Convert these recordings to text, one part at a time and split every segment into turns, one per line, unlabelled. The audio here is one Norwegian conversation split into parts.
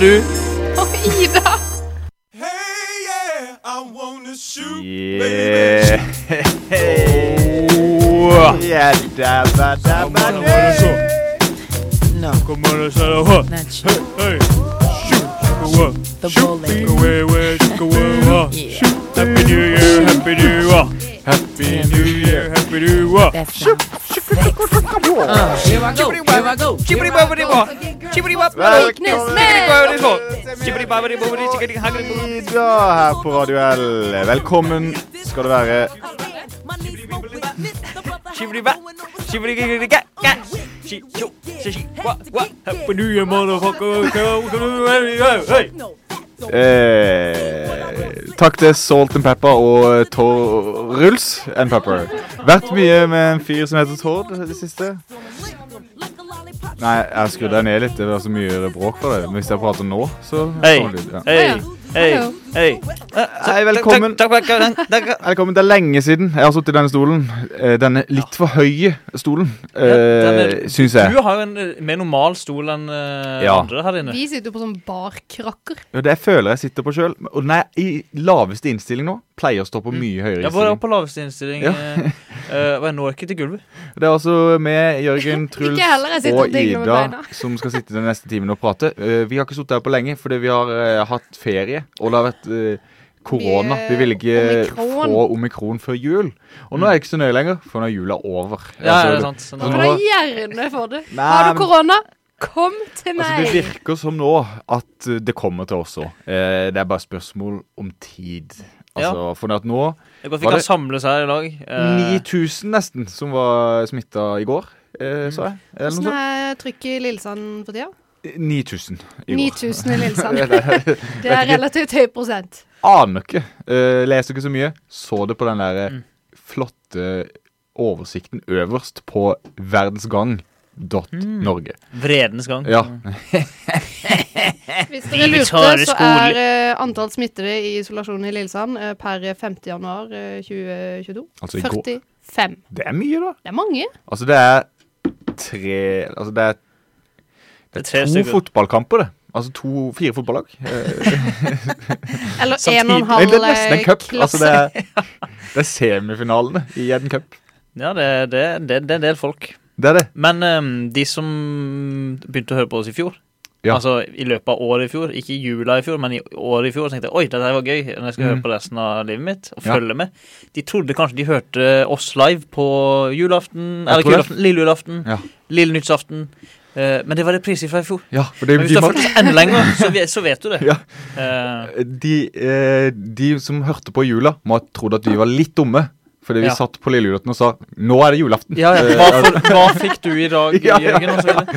du?
Og Ida!
Yeah. Yeah, dabba, dabba, day.
uh. Happy New Year, Happy New Year, Happy New Year, Happy New uh. Year.
Velkommen Ida her på Radio L. Velkommen skal du være.
Happy New Year, motherfucker. Hey.
Eh, takk til Salt and Pepper og Torruls and Pepper. Vært mye med en fyr som heter Tord i det siste. Nei, jeg skrudde deg ned litt. Det var så mye bråk for det. Men hvis jeg prater nå, så
Hei,
kommer det lyd, ja.
hei, hei,
Hallo.
hei.
Hei, velkommen.
Takk, takk, takk, takk, takk.
Velkommen. Det er lenge siden jeg har sittet i denne stolen. Eh, Denne litt for høye stolen,
den
eh,
er-
syns jeg.
Du har jo en eh, mer normal stol enn eh,
Ja.
andre her inne.
Vi sitter jo på sånn barkrakker.
Ja, det jeg føler jeg sitter på sjøl. Og den er i laveste innstilling nå. Pleier å stå
Mm.
på mye høyere
Jeg var
innstilling.
på laveste innstilling.
Ja.
eh, eh, og jeg når ikke til gulvet.
Det er altså med Jørgen, Truls
Ikke heller, jeg sitter
og
og dingler med
Ida
beina.
som skal sitte den neste timen og prate. Eh, Vi har ikke sittet her på lenge fordi vi har eh, hatt ferie, og det har vært eh, korona.
Vi, eh,
Vi ville ikke
omikron.
få omikron før jul. Og nå er jeg ikke så nøye lenger, for nå er jula over.
Ja,
Altså,
er
det-
det sant? Sånn,
Nå-
For
ja.
det er gjerne for det.
Nei,
Har
men-
du korona? Kom til
Um, Altså, det
meg!
virker som nå at eh, det kommer til oss òg. Eh, det er bare spørsmål om tid. Altså, For at nå
Det er
Var
godt vi kan
det-
samles her i dag. Eh,
9000 nesten som var smitta i går, eh, sa jeg. Eller
Åssen
noe sånt.
er trykket Sånn i Lillesand for tida?
9000 i går.
9000 i Lillesand.
Jeg
Det er relativt høy prosent.
Aner ikke. Eh, leser ikke så mye. Så det på den der
Mm.
eh, flotte oversikten øverst på verdensgang.norge.
Mm. Vredens gang.
Ja.
Hvis dere lurte, så er eh, antall smittede i isolasjon i Lillesand eh, per 5. januar eh, 2022
Altså i går.
45.
Det er mye, da.
Det er mange.
Altså, det er tre Altså, det er
Det er tre
to
stykker.
fotballkamper, det. Altså to, fire fotballag. Eh,
Eller
Samtidig.
en og en
nei,
halv
det er nesten en
eh,
cup. Altså,
klasse.
det er, det er semifinalene i en cup.
Ja, det, det, det, det er en del folk.
Det er det.
Men eh, de som begynte å høre på oss i fjor,
Ja.
altså i løpet av året i fjor, ikke i jula i fjor, men i året i fjor, tenkte jeg oi, dette her var gøy, når jeg skal høre på resten av livet mitt og
Mm. Ja.
følge med. De trodde kanskje de hørte oss live på julaften,
tror
eller ikke
det.
julaften, lille julaften,
Ja.
lille nyttsaften. Eh, men det var det priser fra i fjor.
Ja, for det,
Men hvis
de,
du har
må-
fulgt oss enda lenger, så vet, så vet du det.
Ja.
Eh,
de, eh, de som hørte på i jula, må ha trodd at vi var litt dumme. Fordi vi
Ja.
satt på lille julaften og sa 'nå er det julaften'.
ja, ja. Hva, for, hva fikk du i dag,
Eh, Ja, ja,
Jørgen? altså? Og så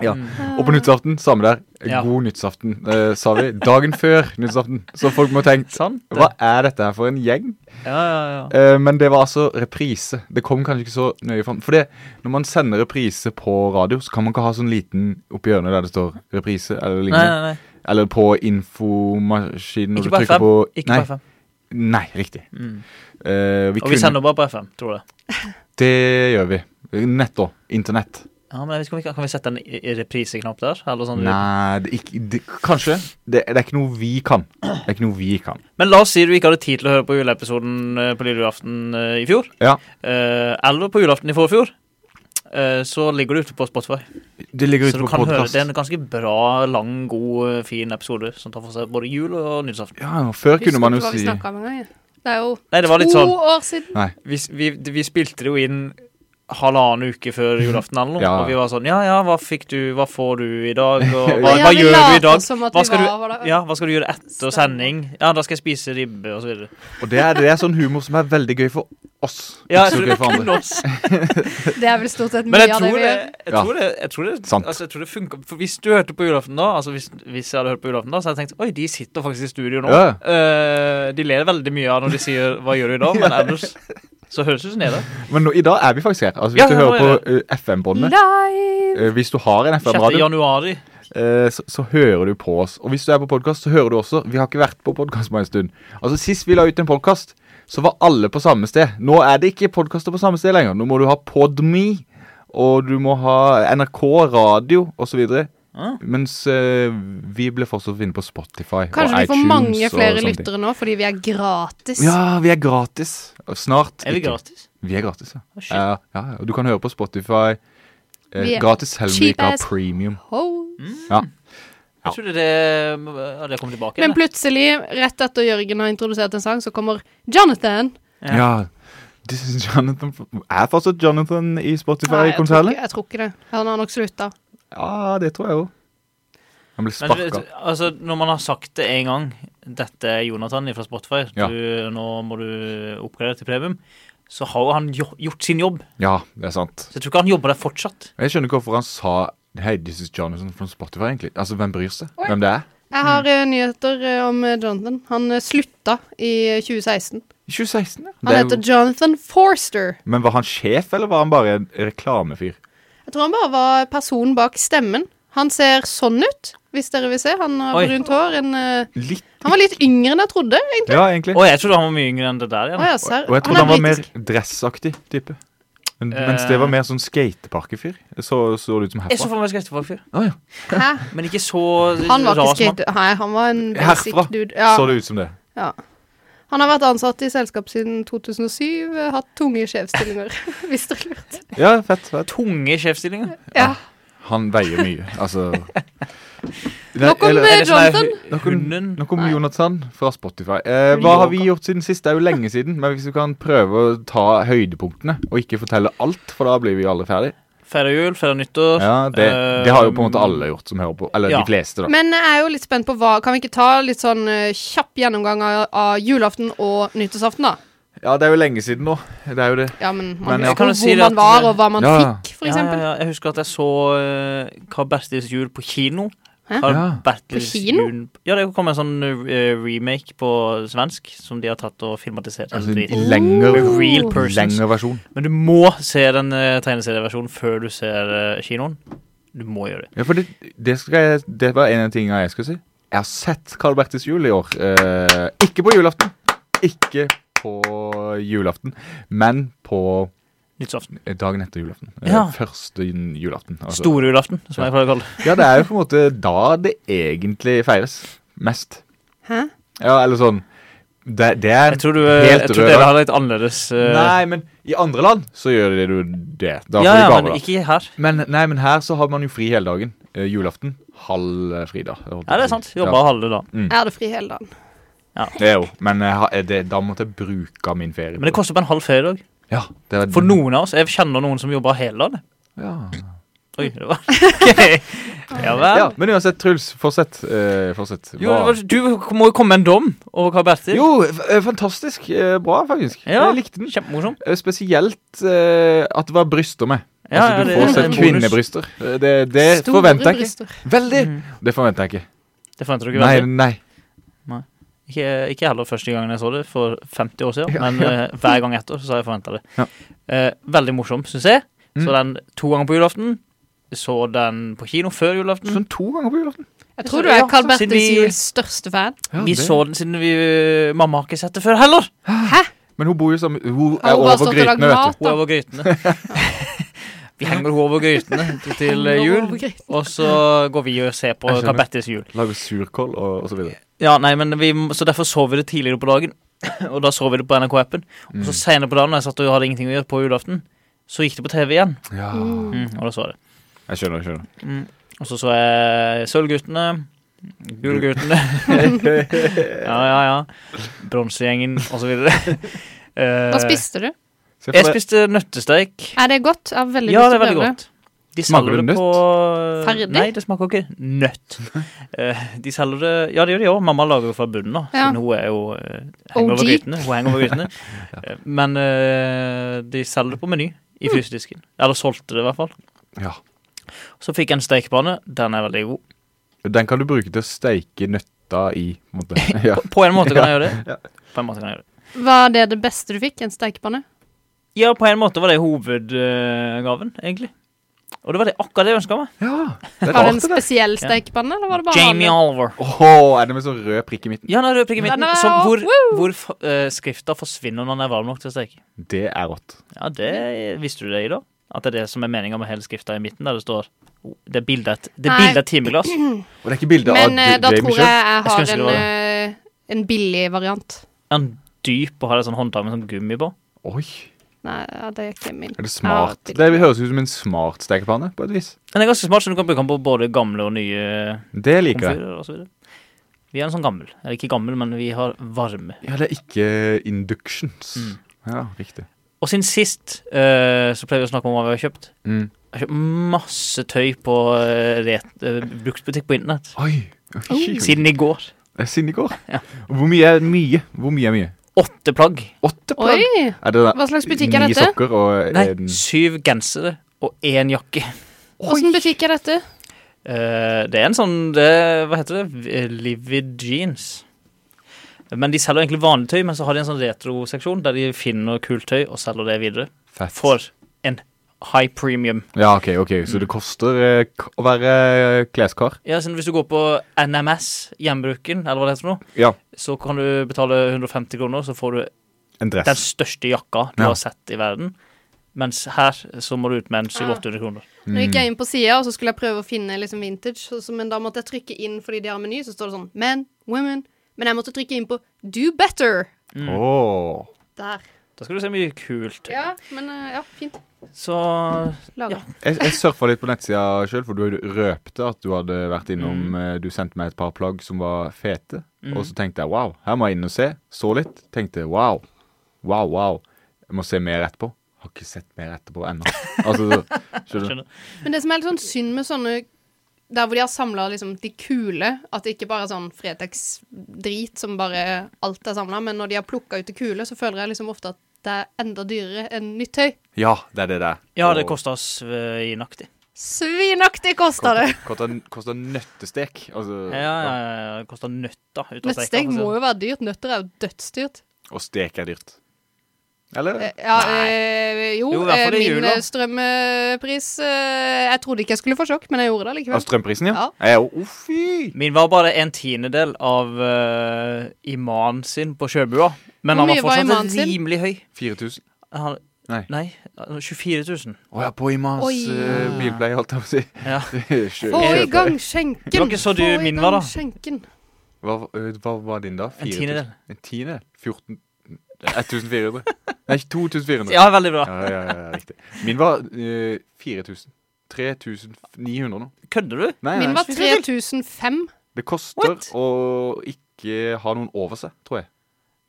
videre.
Og på nyttårsaften, samme der.
Ja.
God nyttårsaften, eh, sa vi. Dagen før nyttårsaften. Så folk må ha tenkt
Sant? det.
hva er dette her for en gjeng?
Ja, ja, ja.
Eh, men det var altså reprise. Det kom kanskje ikke så nøye fram. For det, når man sender reprise på radio, så kan man ikke ha sånn liten oppi hjørnet der det står 'reprise' eller
Nei,
lignende.
nei, nei.
Eller på infomaskinen når
Ikke
du
på
trykker
FM.
på
Ikke
nei,
på FM.
nei, riktig.
Mm.
Eh, vi
Og vi
kunne-
sender bare på FM, tror jeg.
Det gjør vi. Nett da. Internett.
Ja, men jeg vet ikke om vi kan, kan vi sette en i- i repriseknapp der? Eller sånn?
Nei, det, ikke, det, kanskje. Det, det er ikke noe vi kan. Det er ikke noe vi kan.
Men la oss si du ikke hadde tid til å høre på juleepisoden eh, på lille julaften eh, i fjor.
Ja.
eh, Eller på julaften i forfjor. eh, Så ligger det ute på Spotify.
Det ligger
Så
ute
du
på
kan høre
podkast.
Det er en ganske bra, lang, god, eh, fin episode som tar for seg både jul og nyttårsaften.
Ja, og før
Husker
kunne man
ikke
jo
hva vi
si
snakket om engang. jeg. Det er jo
Nei, det var litt
to
sånn
år siden.
Vi, vi, vi spilte det jo inn halvannen uke før julaften eller noe,
Ja.
og vi var sånn Ja, ja, hva fikk du, hva får du i dag, og hva,
Ja,
hva
vi
gjør
later
du i dag?
Som at
Hva
vi
skal,
var,
du, ja, hva skal du gjøre etter
Stemmer.
sending? Ja, da skal jeg spise ribbe, og så videre.
Og det er, det er sånn humor som er veldig gøy for oss.
Ja,
ikke så gøy for andre.
Det er vel stort sett
Men
mye
jeg
av
tror
det vi
det,
gjør.
jeg
Ja.
tror det, jeg tror det,
Sant.
altså, jeg tror det funker. For hvis du hørte på julaften da, altså hvis, hvis jeg hadde hørt på julaften da, så hadde jeg tenkt oi, de sitter faktisk i studio nå.
Ja.
Eh, de ler veldig mye av når de sier 'hva gjør du i dag', men ellers så høres det ut som det er det.
Men nå, i dag er vi faktisk her. Altså, hvis
Ja,
du
nå
hører
er
på eh, FM-båndet
Live!
eh, Hvis du har en
6.
FM-radio,
januari.
eh, så, så hører du på oss. Og hvis du er på podkast, så hører du også. Vi har ikke vært på podkast på en stund. Altså, Sist vi la ut en podkast, så var alle på samme sted. Nå er det ikke podkaster på samme sted lenger. Nå må du ha Podme, og du må ha NRK radio osv.
Ah.
Mens eh, vi ble fortsatt inne på Spotify
Kanskje
og
vi får
iTunes
mange
og sånne
flere
ting.
lyttere nå fordi vi er gratis.
Ja, vi er gratis. Og Snart.
Er vi
ikke.
gratis?
Vi er gratis, ja.
Å, shit.
ja, ja. ja. Og du kan høre på Spotify.
Vi
Eh,
er
gratis selv om vi ikke har
cheap ass.
premium.
Ho.
Ja.
Jeg trodde det hadde kommet tilbake.
Men
eller?
plutselig, rett etter Jørgen har introdusert en sang, så kommer Jonathan.
ja. This is Jonathan Er fortsatt Jonathan i
Nei, jeg, tror
Spotify-konsernet?
ikke, jeg tror ikke det. Han har nok slutta.
Ja, det tror jeg òg. Han ble
Men du
sparka.
vet, altså, når man har sagt det en gang, dette er Jonathan fra Spotify,
Ja.
du, nå må du oppgradere til premium, så har jo han jo, gjort sin jobb.
Ja, det er sant.
Så jeg tror ikke han jobber der fortsatt.
Jeg skjønner ikke hvorfor han sa Hei, this is Jonathan fra Spotify, egentlig. Altså, hvem bryr seg? Hvem det er?
Jeg
Mm.
har eh, nyheter eh, om eh, Jonathan. Han eh, slutta i eh, 2016.
2016, ja.
Han
Det er-
heter Jonathan Forster.
Men var han sjef, eller var han bare en reklamefyr?
Jeg tror han bare var personen bak stemmen. Han ser sånn ut, hvis dere vil se. Han har
Oi.
brunt hår. En, eh,
Litt.
han var litt yngre enn jeg trodde. egentlig.
Ja, egentlig.
Å, jeg trodde han var mye yngre enn det der
Å
igjen.
ja, serr.
Og jeg trodde han var mer dressaktig type. Men,
Eh.
Mens det var mer sånn skateparkefyr. Så, så det ut som
Jeg så
herfra.
for meg skatefolkfyr,
Å, ja.
Hæ?
men ikke så
Han var
rar
ikke
som han.
skate... Nei, han var en basic
Herfra
dude. Ja.
så det ut som det.
Ja. Han har vært ansatt i selskap siden 2007, eh, hatt tunge sjefsstillinger, hvis dere lurte.
Ja, fett, fett.
Tunge sjefsstillinger.
Ja.
Han veier mye, altså.
Nok om,
Eller-
eh,
Er det sånn her
Jonathan?
hu- Hunden
Nå kommer
Nei.
Jonathan fra Spotify. Eh, hva har vi gjort siden sist? Det er jo lenge siden. Men hvis du kan prøve å ta høydepunktene, og ikke fortelle alt, for da blir vi aldri ferdig.
feirer jul, feirer nyttår. Eh,
Ja, det, det har jo på en måte alle gjort som hører på. Eller
Ja.
de fleste, da.
Men jeg er jo litt spent på hva Kan vi ikke ta litt sånn eh, kjapp gjennomgang av, av julaften og nyttårsaften, da?
Ja, det er jo lenge siden nå. Det er jo det.
Ja, men
Men
man
jeg
husker
kan jo
jo
si
hvor
det at-
man var, og hva man
Ja, ja.
fikk, for eksempel.
Ja, ja, ja. Jeg husker at jeg så uh, Carl Bertils jul på kino.
Hæ?
Carl
Ja.
Bertils
På kino?
Jul, ja, det kom en sånn eh, remake på svensk som de har tatt og filmatisert.
Altså,
Drit.
en lengre,
With real persons.
lengre versjon.
Men du må se den eh, tegneserieversjonen før du ser eh, kinoen. Du må gjøre det.
Ja, for det, det, skal jeg, det var en av tingene jeg skulle si. Jeg har sett Carl Bertes jul i år. Eh, ikke på julaften. Ikke på julaften, men på
Nyttårsaften.
dagen etter julaften. Eh,
Ja.
Første julaften. altså.
Storjulaften, som jeg pleier å kalle det.
Ja, det er jo på en måte da det egentlig feires mest.
Hæ?
Ja, eller sånn Det, det er
Jeg tror, du, eh,
helt
jeg tror
rød
dere
dag.
har litt annerledes eh,
Nei, men i andre land så gjør det du det. Da
ja,
får
ja,
du
men
gave, da.
ikke her.
Men, nei, men her så har man jo fri hele dagen. Eh, julaften, halv eh, fridag.
Ja, det er sant. Jobba halve dagen.
Jeg hadde fri hele dagen.
Det er jo, men jeg har- det, da måtte jeg bruke av min ferie. på
Men det koster på en halv feriedag.
ja, det er,
For noen av oss. Jeg kjenner noen som jobber hele dagen.
ja.
Oi, det var Ok. Ja vel.
ja, Men uansett, Truls, fortsett. eh, fortsett.
Jo,
Hva-
du må jo komme med en dom over Carl Bertil.
jo f- eh, fantastisk eh, bra, faktisk.
Ja.
Jeg likte den.
Kjempemorsomt.
Eh, Spesielt eh, at det var bryster med.
Ja,
altså,
ja,
du
det-
får
det er
sett
en
bonus.
kvinnebryster. Eh, Det, det forventer jeg ikke.
bryster.
Veldig! Det forventer jeg ikke.
Det forventer Mm. du ikke.
Nei,
vet du.
nei.
Ikke, ikke heller første gangen jeg så det, for 50 år siden.
Ja,
Men eh, hver gang etter så har jeg forventa det.
Ja.
Eh, veldig morsom, syns jeg.
Mm.
Så den to ganger på julaften. Så den på kino før julaften.
Sånn to ganger på julaften.
Jeg tror du er
Ja,
Carl Bertes
siden vi-
Juls største fan.
Ja,
vi
det-
så den siden vi eh, Mamma har ikke sett det før heller!
Men hun bor jo sammen Hun
Har
er
hun bare
over
stått og lagd
grytene, vet
mat?
Hun over grytene. vi henger hun over grytene til- til eh, jul. Og så går vi og ser på
Jeg skjønner.
Carl Bertils jul.
du. Lager surkål og, og så videre.
Ja, nei, men vi, Så derfor så vi det tidligere på dagen, og da så vi det på NRK-appen. Og
Mm.
så senere på dagen, når jeg satt og hadde ingenting å gjøre på julaften, så gikk det på TV igjen. Mm,
Ja,
og da så jeg det.
jeg skjønner, jeg skjønner.
Og så så jeg Sølvguttene, Gullguttene Ja, ja, ja. Bronsegjengen, og så videre. Eh,
Hva spiste du?
Se for
jeg
deg-
spiste nøttesteik.
Er det godt? Jeg har veldig
Ja,
lyst til
det er
å
veldig
prøve det.
godt. De
Smaker
selger
det
det på eh,
Ferdig?
Nei, det smaker ikke nøtt. Eh, de selger det Ja, det gjør de òg. Mamma lager det fra bunnen, da.
Ja.
Siden hun er jo eh, henger
OG.
over grytene. Hun henger over grytene. Eh, Men eh, de selger det på Meny
Mm.
i frysedisken. Eller solgte det, i hvert fall.
Ja.
Så fikk jeg en stekepanne. Den er veldig god.
Den kan du bruke til å steike nøtta i. på en måte. Ja.
På en måte kan jeg gjøre
Ja.
det. På en måte kan jeg gjøre det.
Var det det beste du fikk? En stekepanne?
Ja, på en måte var det hovedgaven, eh, egentlig. Og det var det akkurat det jeg ønska meg.
ja. Det er
Var det en
rart, det.
spesiell
Ja.
stekepanne, eller var det bare
Jamie
vanlig?
Oliver.
Åh, er det med sånn rød prikk i midten?
Ja, den røde prikken i midten.
Den er
Som,
opp.
hvor
Woo!
hvor f- eh, skrifta forsvinner når den er varm nok til å steke.
Det er rått.
Ja, det visste du det i dag. At det er det som er meninga med hele skrifta i midten, der det står Det er bilde av et- det er
Nei.
bilde av et timeglass.
Og det er ikke bilde av
Men eh, da
Jamie selv?
tror jeg jeg har
Jeg skulle ønske det
en,
var
eh, en billig variant.
Er den dyp og har et sånn håndtak med sånn gummi på?
Oi,
Nei, ja, det er ikke min.
er det smart?
Ja,
Det høres ut som en smart stekepanne, på et vis.
Den er ganske smart, så du kan bruke den på både gamle og nye
Det liker jeg.
komfyrer og så videre. Vi er en sånn gammel. Eller ikke gammel, men vi har varme.
Ja, det er ikke inductions.
Mm.
Ja, riktig.
Og siden sist eh, så pleier vi å snakke om hva vi har kjøpt.
Mm.
Jeg har kjøpt masse tøy på eh, ret, eh, bruktbutikk på internett.
Oi. Oi. Siden.
Siden i går.
Siden i går.
Ja.
Og Hvor mye er mye? Hvor mye er mye?
Åtte plagg.
Åtte plagg?
Oi!
Er det
Hva slags butikk er
Ni
dette?
sokker og
Nei,
en
syv gensere og én jakke.
Åssen butikk er dette?
Eh, det er en sånn det, Hva heter det? V- eh, Livid jeans. Men de selger egentlig vanlig tøy, men så har de en sånn retroseksjon der de finner kult tøy og selger det videre.
fett.
For en high premium.
Ja, ok, ok. Så det koster eh, k- å være eh, kleskar?
Ja, så Hvis du går på NMS, hjemmebruken, eller hva det heter for noe,
Ja.
så kan du betale 150 kroner, så får du
En
den
dress.
største jakka du
Ja.
har sett i verden. Mens her så må du ut med en 700-800 kroner.
Nå gikk
Mm.
jeg inn på sida, og så skulle jeg prøve å finne liksom vintage, så- så- men da måtte jeg trykke inn fordi de har meny, så står det sånn men, women. Men jeg måtte trykke inn på do better.
Mm. Åh.
Der.
Da skal du se mye kult.
Ja, men eh, ja, fint.
Så
Laga.
Jeg, jeg surfa litt på nettsida sjøl, for du røpte at du hadde vært innom
Mm.
eh, Du sendte meg et par plagg som var fete, og så tenkte jeg wow, her må jeg inn og se. Så litt. Tenkte wow, wow, wow. Jeg må se mer etterpå. Har ikke sett mer etterpå ennå. Altså, skjønner du?
skjønner.
Men det som er litt sånn synd med sånne der hvor de har samla liksom de kule, at det ikke bare er sånn Fretex-drit som bare alt er samla, men når de har plukka ut det kule, så føler jeg liksom ofte at det er enda dyrere enn nytt tøy.
Ja, det er det der.
Ja, det eh,
Og-
kosta svinaktig.
Svinaktig kosta det!
Kosta, kosta nøttestek. Altså,
Ja, ja, ja, det kosta nøtta. ut av steka,
Nøttesteg
for å si det.
må jo være dyrt. Nøtter er jo dødsdyrt.
Og stek er dyrt. Eller?
Eh, Ja, eh, jo,
Jo, i hvert
eh,
fall i
min
jula.
eh, strømpris eh, Jeg trodde ikke jeg skulle få sjokk, men jeg gjorde det
Av
likevel.
Altså strømprisen, ja?
Ja.
ja. Å, fy!
Min var bare en tiendedel av uh, imanen sin på Sjøbua.
Hvor
Men han var
mye var imanen
fortsatt
sin?
rimelig høy.
4000.
Han,
Nei.
nei, altså, 24 000.
Å ja, på Imans
Oi.
eh, bilpleie, holdt jeg på å si.
Ja.
Kjø-
Få i
kjøpleie.
gang skjenken!
Det var ikke så dyr
Få i
min
gang
var, da.
Skjenken.
Hva, ø, hva var din, da?
En
4000?
tiendedel.
En tiendedel? 14 1400? Nei, 2400.
Ja, veldig bra.
Ja, ja, ja, ja, riktig. Min var ø, 4000. 3900 nå.
Kødder du?
Nei,
Min
nei.
var 3005.
Det koster
What?
å ikke ha noen over seg, tror jeg.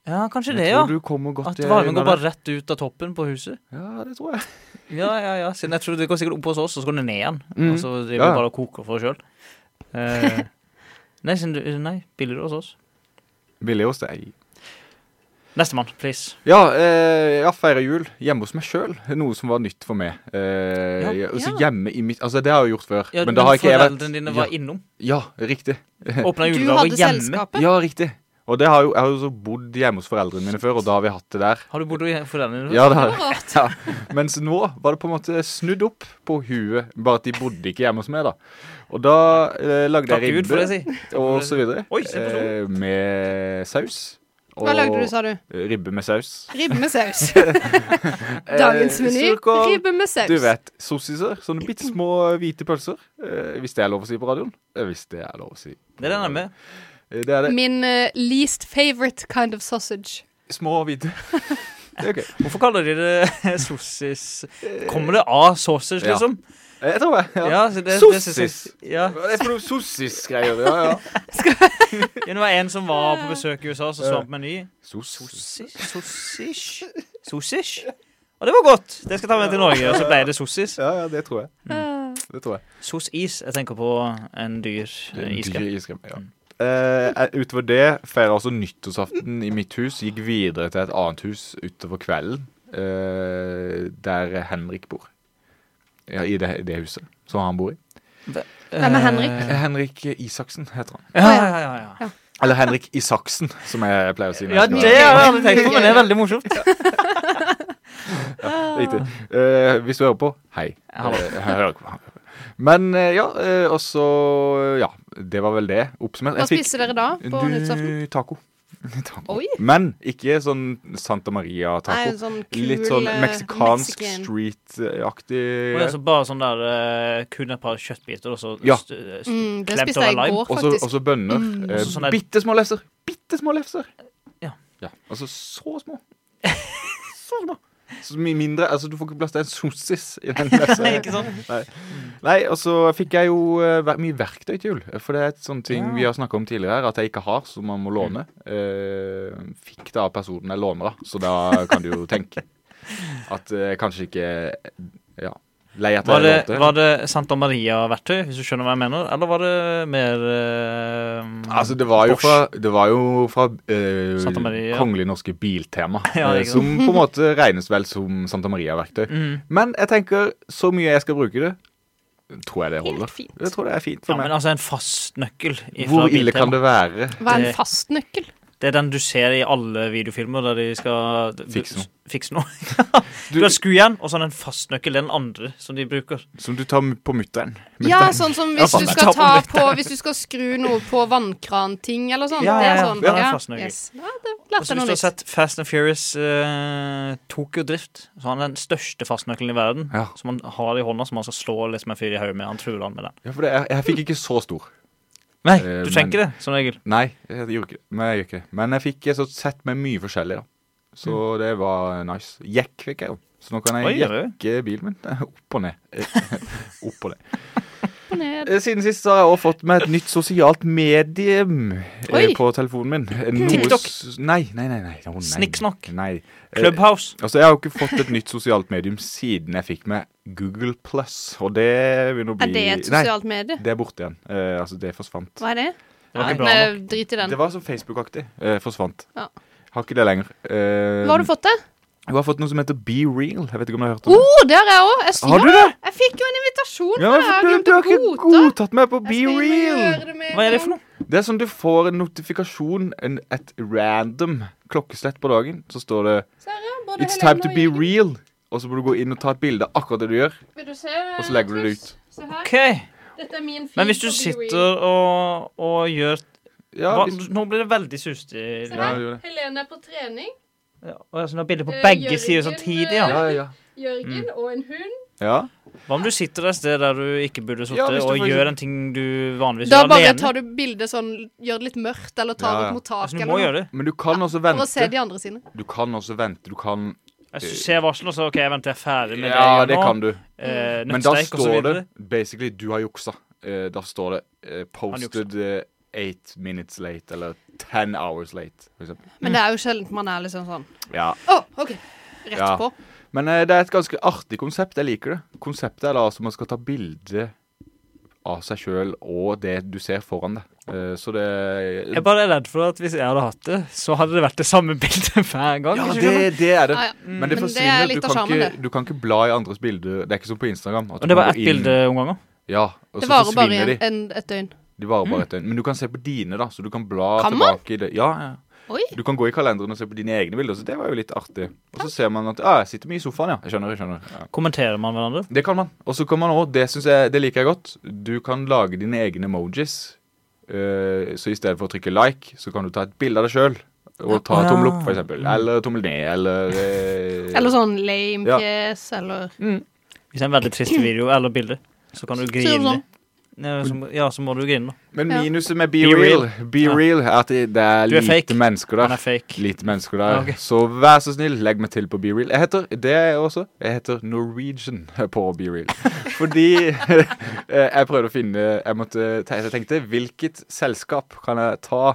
Ja, kanskje
Jeg
det, ja.
tror du kommer godt
At varmen
unna
går bare rett ut av toppen på huset.
det. Ja, det tror jeg.
Ja, ja, ja. Siden jeg tror det går sikkert opp hos oss, og så går det ned igjen.
Mm.
Og så driver
Ja.
vi bare og koker for oss sjøl. Eh, nei, siden du Nei, billigere hos oss.
Billig hos deg.
Nestemann, please.
Ja, eh, ja feire jul hjemme hos meg sjøl. Noe som var nytt for meg. Eh,
Ja.
ja. Altså
Ja.
hjemme i mitt Altså, det har jeg gjort før.
Ja,
men da har ikke jeg vært
Foreldrene dine
Ja.
var innom.
Ja, riktig.
Åpna
Du
julegaver
hadde
hjemme.
selskapet.
Ja, riktig. Og det har jo, jeg har jo så bodd hjemme hos foreldrene mine før, og da har vi hatt det der.
Har du bodd hos foreldrene dine?
Ja, det har jeg.
Rart.
Ja. Mens nå var det på en måte snudd opp på huet, bare at de bodde ikke hjemme hos meg, da. Og da eh, lagde
Takk
jeg
Gud for det,
ribbe
si. Takk for
og
det,
så videre.
Oi, se på sånn.
eh, med saus.
Hva lagde du, sa du?
Ribbe med saus.
Ribbe med saus.
Eh,
Dagens meny.
surkål.
Ribbe med saus.
Du vet, sossiser. Sånne bitte små hvite pølser. Eh, hvis det er lov å si på radioen. Eh, hvis det er lov å si.
Det er det nærme.
Eh, Det er det.
Min eh, least favorite kind of sausage.
Små og hvite. Det er ok.
Hvorfor kaller de det sossis? Kommer det av sausage,
Ja.
liksom?
Eh, Jeg tror jeg.
Ja,
Ja.
så det, det synes jeg-
Sossis?
Ja.
Hva er det for noe sossis-greier? Ja, ja.
ja, det var en som var på besøk i USA, så så han på meny.
Sossis.
Sossis? Sossish? Sossish? Og det var godt. Det skal jeg ta med til Norge, og så ble det sossis.
Ja, ja, det tror jeg.
Mm.
Eh,
Det tror jeg.
Sosis. Jeg tenker på en dyr eh, iskrem.
Dyr iskrem, ja. Eh, utover det feira også nyttårsaften i mitt hus. Gikk videre til et annet hus utover kvelden, eh, der Henrik bor. Ja, I det, det huset som han bor i.
Hvem er Henrik?
Eh, Henrik Isaksen heter han.
Ja, ja, ja, ja.
Eller Henrik Isaksen, som jeg pleier å si. når
Ja,
jeg skal-
det har jeg aldri tenkt på, men det er veldig morsomt.
Riktig. Eh, hvis du hører på, hei.
Hallo.
Eh, jeg hører ikke på. Men eh, ja, eh, og så Ja, det var vel det. Oppsummert.
Hva
Jeg fikk-
spiste dere da på nyttårsaften?
Du, taco.
Oi.
Men ikke sånn Santa
Nei,
Maria-taco.
en sånn kul
Litt sånn
eh,
meksikansk
mexican.
street-aktig
Og det er så bare sånn der eh, Kun et par kjøttbiter, og så
Ja.
st- st-
Mm, det
klemt
spiste
over
jeg i
lime.
går,
Og så-
faktisk.
og så bønner.
Mm.
Eh,
Også sånn der-
Bitte små lefser. Bitte små lefser.
Ja.
Altså så små. så små. Så mye mindre, altså Du får ikke plass til en sosis i den lefsa.
Ikke sant?
Nei, og så fikk jeg jo eh, ver- mye verktøy til jul. For det er et sånt ting
Ja. Mm.
vi har snakka om tidligere her, at jeg ikke har, som man må låne. Eh, fikk det av personen jeg låner av, så da kan du jo tenke at eh, kanskje ikke Ja. Lei at
Var
jeg
det,
lånte.
var det Santa Maria-verktøy, hvis du skjønner hva jeg mener? Eller var det mer eh,
Altså, det var jo
Bosch?
fra, det var jo fra eh,
Santa Maria.
Kongelig norske biltema,
Ja,
eh,
ikke sant.
som på en måte regnes vel som Santa Maria-verktøy.
Mm.
Men jeg tenker, så mye jeg skal bruke det, tror jeg det
Helt
holder.
fint.
Det tror jeg er fint
Ja,
for
men
meg.
altså en fast nøkkel. ifra
Hvor ille kan
Biltema.
det være?
Hva er
det-
en fast nøkkel?
Det er den du ser i alle videofilmer der de skal d-
Fikse noe.
Fikse noe.
Du,
Du har skujern og sånn en fastnøkkel. Det er den andre som de bruker.
som du tar på mutter'n.
Ja, sånn som
Ja,
hvis
faen,
du
jeg
skal
tar på
ta
vettet.
på Hvis du skal skru noe på vannkranting eller sånn.
Ja,
det
ja,
er
ja.
sånn.
Ja, det er fast nøkkel.
yes. ja det
Og så
lærte jeg
hvis du
noe
har
nytt.
sett Fast and Furious eh, Tokyo Drift, så har han den største fastnøkkelen i verden.
Ja.
Som han har i hånda, som han skal slå liksom en fyr i hodet med. Han truer han med den.
Ja, for det, jeg, jeg fikk ikke så stor.
Nei,
Eh,
du
men-
trenger ikke det, som regel.
Nei, jeg gjorde ikke det. Men jeg, gjør ikke. det. Men jeg fikk eh, så sett med mye forskjellig, da. Så det var nice. Jekk fikk jeg jo. Så nå kan jeg
Oi, oi, oi.
jekke bilen min eh, opp og ned. Eh, opp og ned.
Opp og ned.
Eh, Siden sist så har jeg også fått meg et nytt sosialt medium eh,
Oi.
på telefonen min. Eh, noe
TikTok.
s- Nei, nei, nei. nei. Å, nei.
Snikksnakk.
Nei. Eh,
Clubhouse.
Altså, Jeg har jo ikke fått et nytt sosialt medium siden jeg fikk meg Google Plus, og det vil nå bli
Er det et sosialt medie?
Nei, det er borte igjen. Eh, altså, det forsvant.
Hva er det?
Det var ikke bra
Nei,
nok.
drit i den.
Det var så Facebook-aktig. Eh, forsvant.
Ja.
Har ikke det lenger. Eh,
Hva har du fått det?
Jeg har fått noe som heter Be Real. Jeg vet ikke om du har hørt om
Å, oh, det har jeg òg! Jeg,
Har
ja,
du det?
jeg fikk jo en invitasjon!
Ja,
men
men
jeg har
du,
glemt
du
å
har ikke
godta.
godtatt meg på Be
Jeg skal inn og
Real.
gjøre med
Hva er det
en
for noe?
Det er sånn du får en notifikasjon, en, et random klokkeslett på dagen. Så står det
gang. Sara, både
It's
Helene
time to
og
be
Jørgen,
real. Og så må du gå inn og ta et bilde av akkurat det du gjør.
vil du se, eh,
og så legger du det
Truls? Se her.
OK.
Dette er min feed
Men hvis du
på Be Real.
sitter og, og gjør
Ja,
hva,
hvis,
Nå blir det veldig sustig.
Se
Ja,
her.
jeg gjør det.
Helene er på trening.
Ja, og sånn, det er bilder på
Eh,
begge sider
Jørgen,
samtidig,
ja,
ja.
ja, ja.
Jørgen
Mm.
og en hund.
ja.
Hva om du sitter et sted der du ikke burde
Ja,
sittet,
hvis du
og
får-
gjør en ting du vanligvis
Da
gjør
bare
alene?
tar du bildet sånn, gjør det litt mørkt, eller tar
Ja, ja.
opp mot taket.
altså, du
eller
må
noe,
gjøre det.
Men du kan også
For å se
vente.
de andre sine.
Du kan også vente. Du kan
Jeg ser varselet, og så OK, jeg venter, jeg er ferdig med
Ja,
det
det
jeg gjør
kan
nå.
du.
Eh,
Men da
nettstreik og så
står det
videre.
basically du har juksa. Eh, da står det eh, posted eh, eight minutes late eller ten hours late, for eksempel.
Men det er jo sjelden man er liksom sånn
Ja.
Å, OK. Rett
Ja.
på.
Men eh, det er et ganske artig konsept. Jeg liker det. Konseptet er da altså man skal ta bilde av seg sjøl og det du ser foran deg. Eh, så det
Jeg bare er redd for at hvis jeg hadde hatt det, så hadde det vært det samme bildet hver gang.
Ja,
ikke
det,
sant?
det er det.
Ja, ja.
Men
det
det
er
forsvinner.
litt
du,
av
kan
sjarmen,
ikke, du kan ikke bla i andres bilder. Det er ikke som på Instagram. at
Men
du
det var
kan
ett
gå inn-
bilde om gangen.
Ja, og
Det
så
varer bare
forsvinner
en,
de.
en, et døgn.
De varer bare et døgn. Men du kan se på dine, da. Så du kan bla
Kan man?
tilbake i det. Ja, ja.
Oi.
Du kan gå i kalenderen og se på dine egne bilder, så det var jo litt artig. Og så ser man at Ja, jeg sitter mye i sofaen, ja. Jeg skjønner, jeg skjønner. Ja.
Kommenterer man hverandre?
Det kan man. Og så kan man òg, det synes jeg, det liker jeg godt, du kan lage dine egne emojis. Eh, så i stedet for å trykke like, så kan du ta et bilde av deg sjøl. Og ta
Ja.
tommel opp, for eksempel. Eller tommel ned, eller eh,
Eller sånn lame
Ja.
fjes, eller
Hvis det er en veldig trist video eller bilde, Mm. så kan du
Ser du
grine.
sånn?
Ja, så- Ja, så må du grine, da.
Men
Ja.
minuset med Be,
Be
Real, Be
Ja.
Real er at det det er
Du er
lite
fake.
mennesker
Han
der.
er fake.
Lite mennesker der.
Ja, ok.
Så vær så snill, legg meg til på Be Real. Jeg heter det er jeg også. Jeg heter Norwegian på Be Real. Fordi eh, jeg prøvde å finne Jeg måtte te- Jeg tenkte hvilket selskap kan jeg ta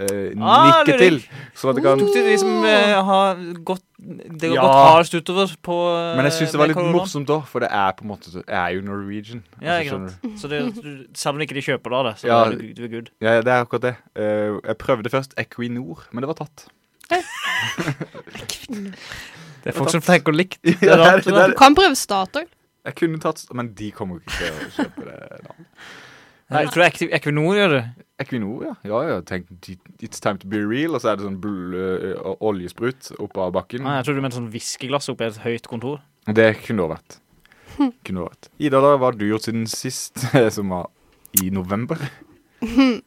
eh,
Ah,
nikket til?
luring.
Sånn at jeg
Tok
kan
til de som eh, har gått Det
Ja.
har gått hardest utover på eh,
Men jeg syns det
med
var litt
koronaen.
morsomt da, for det er på en måte Jeg er jo Norwegian.
Ja,
altså,
ikke
skjønner du.
sant. Så det, du- selv om ikke de kjøper det av deg, så
Ja.
er du, du er good.
Ja, ja, det er akkurat det. Eh, jeg prøvde først Equinor, men det var tatt.
Det er folk som tenker likt. Det
Ja,
er rart.
det er
Du kan prøve Statoil.
Jeg kunne tatt Men de kommer jo ikke til å kjøpe det navnet.
Nei, jeg tror Equi- Equinor gjør det.
Equinor, ja. Ja, ja, tenk It's time to be real, og så er det sånn bl ø, ø, oljesprut oppe av bakken.
Ah,
Nei, jeg tror du mente sånn whiskyglass oppi et høyt kontor.
Det kunne det vært. Kunne det vært. Ida, da, hva har du gjort siden sist, som var i november?
Eh,
det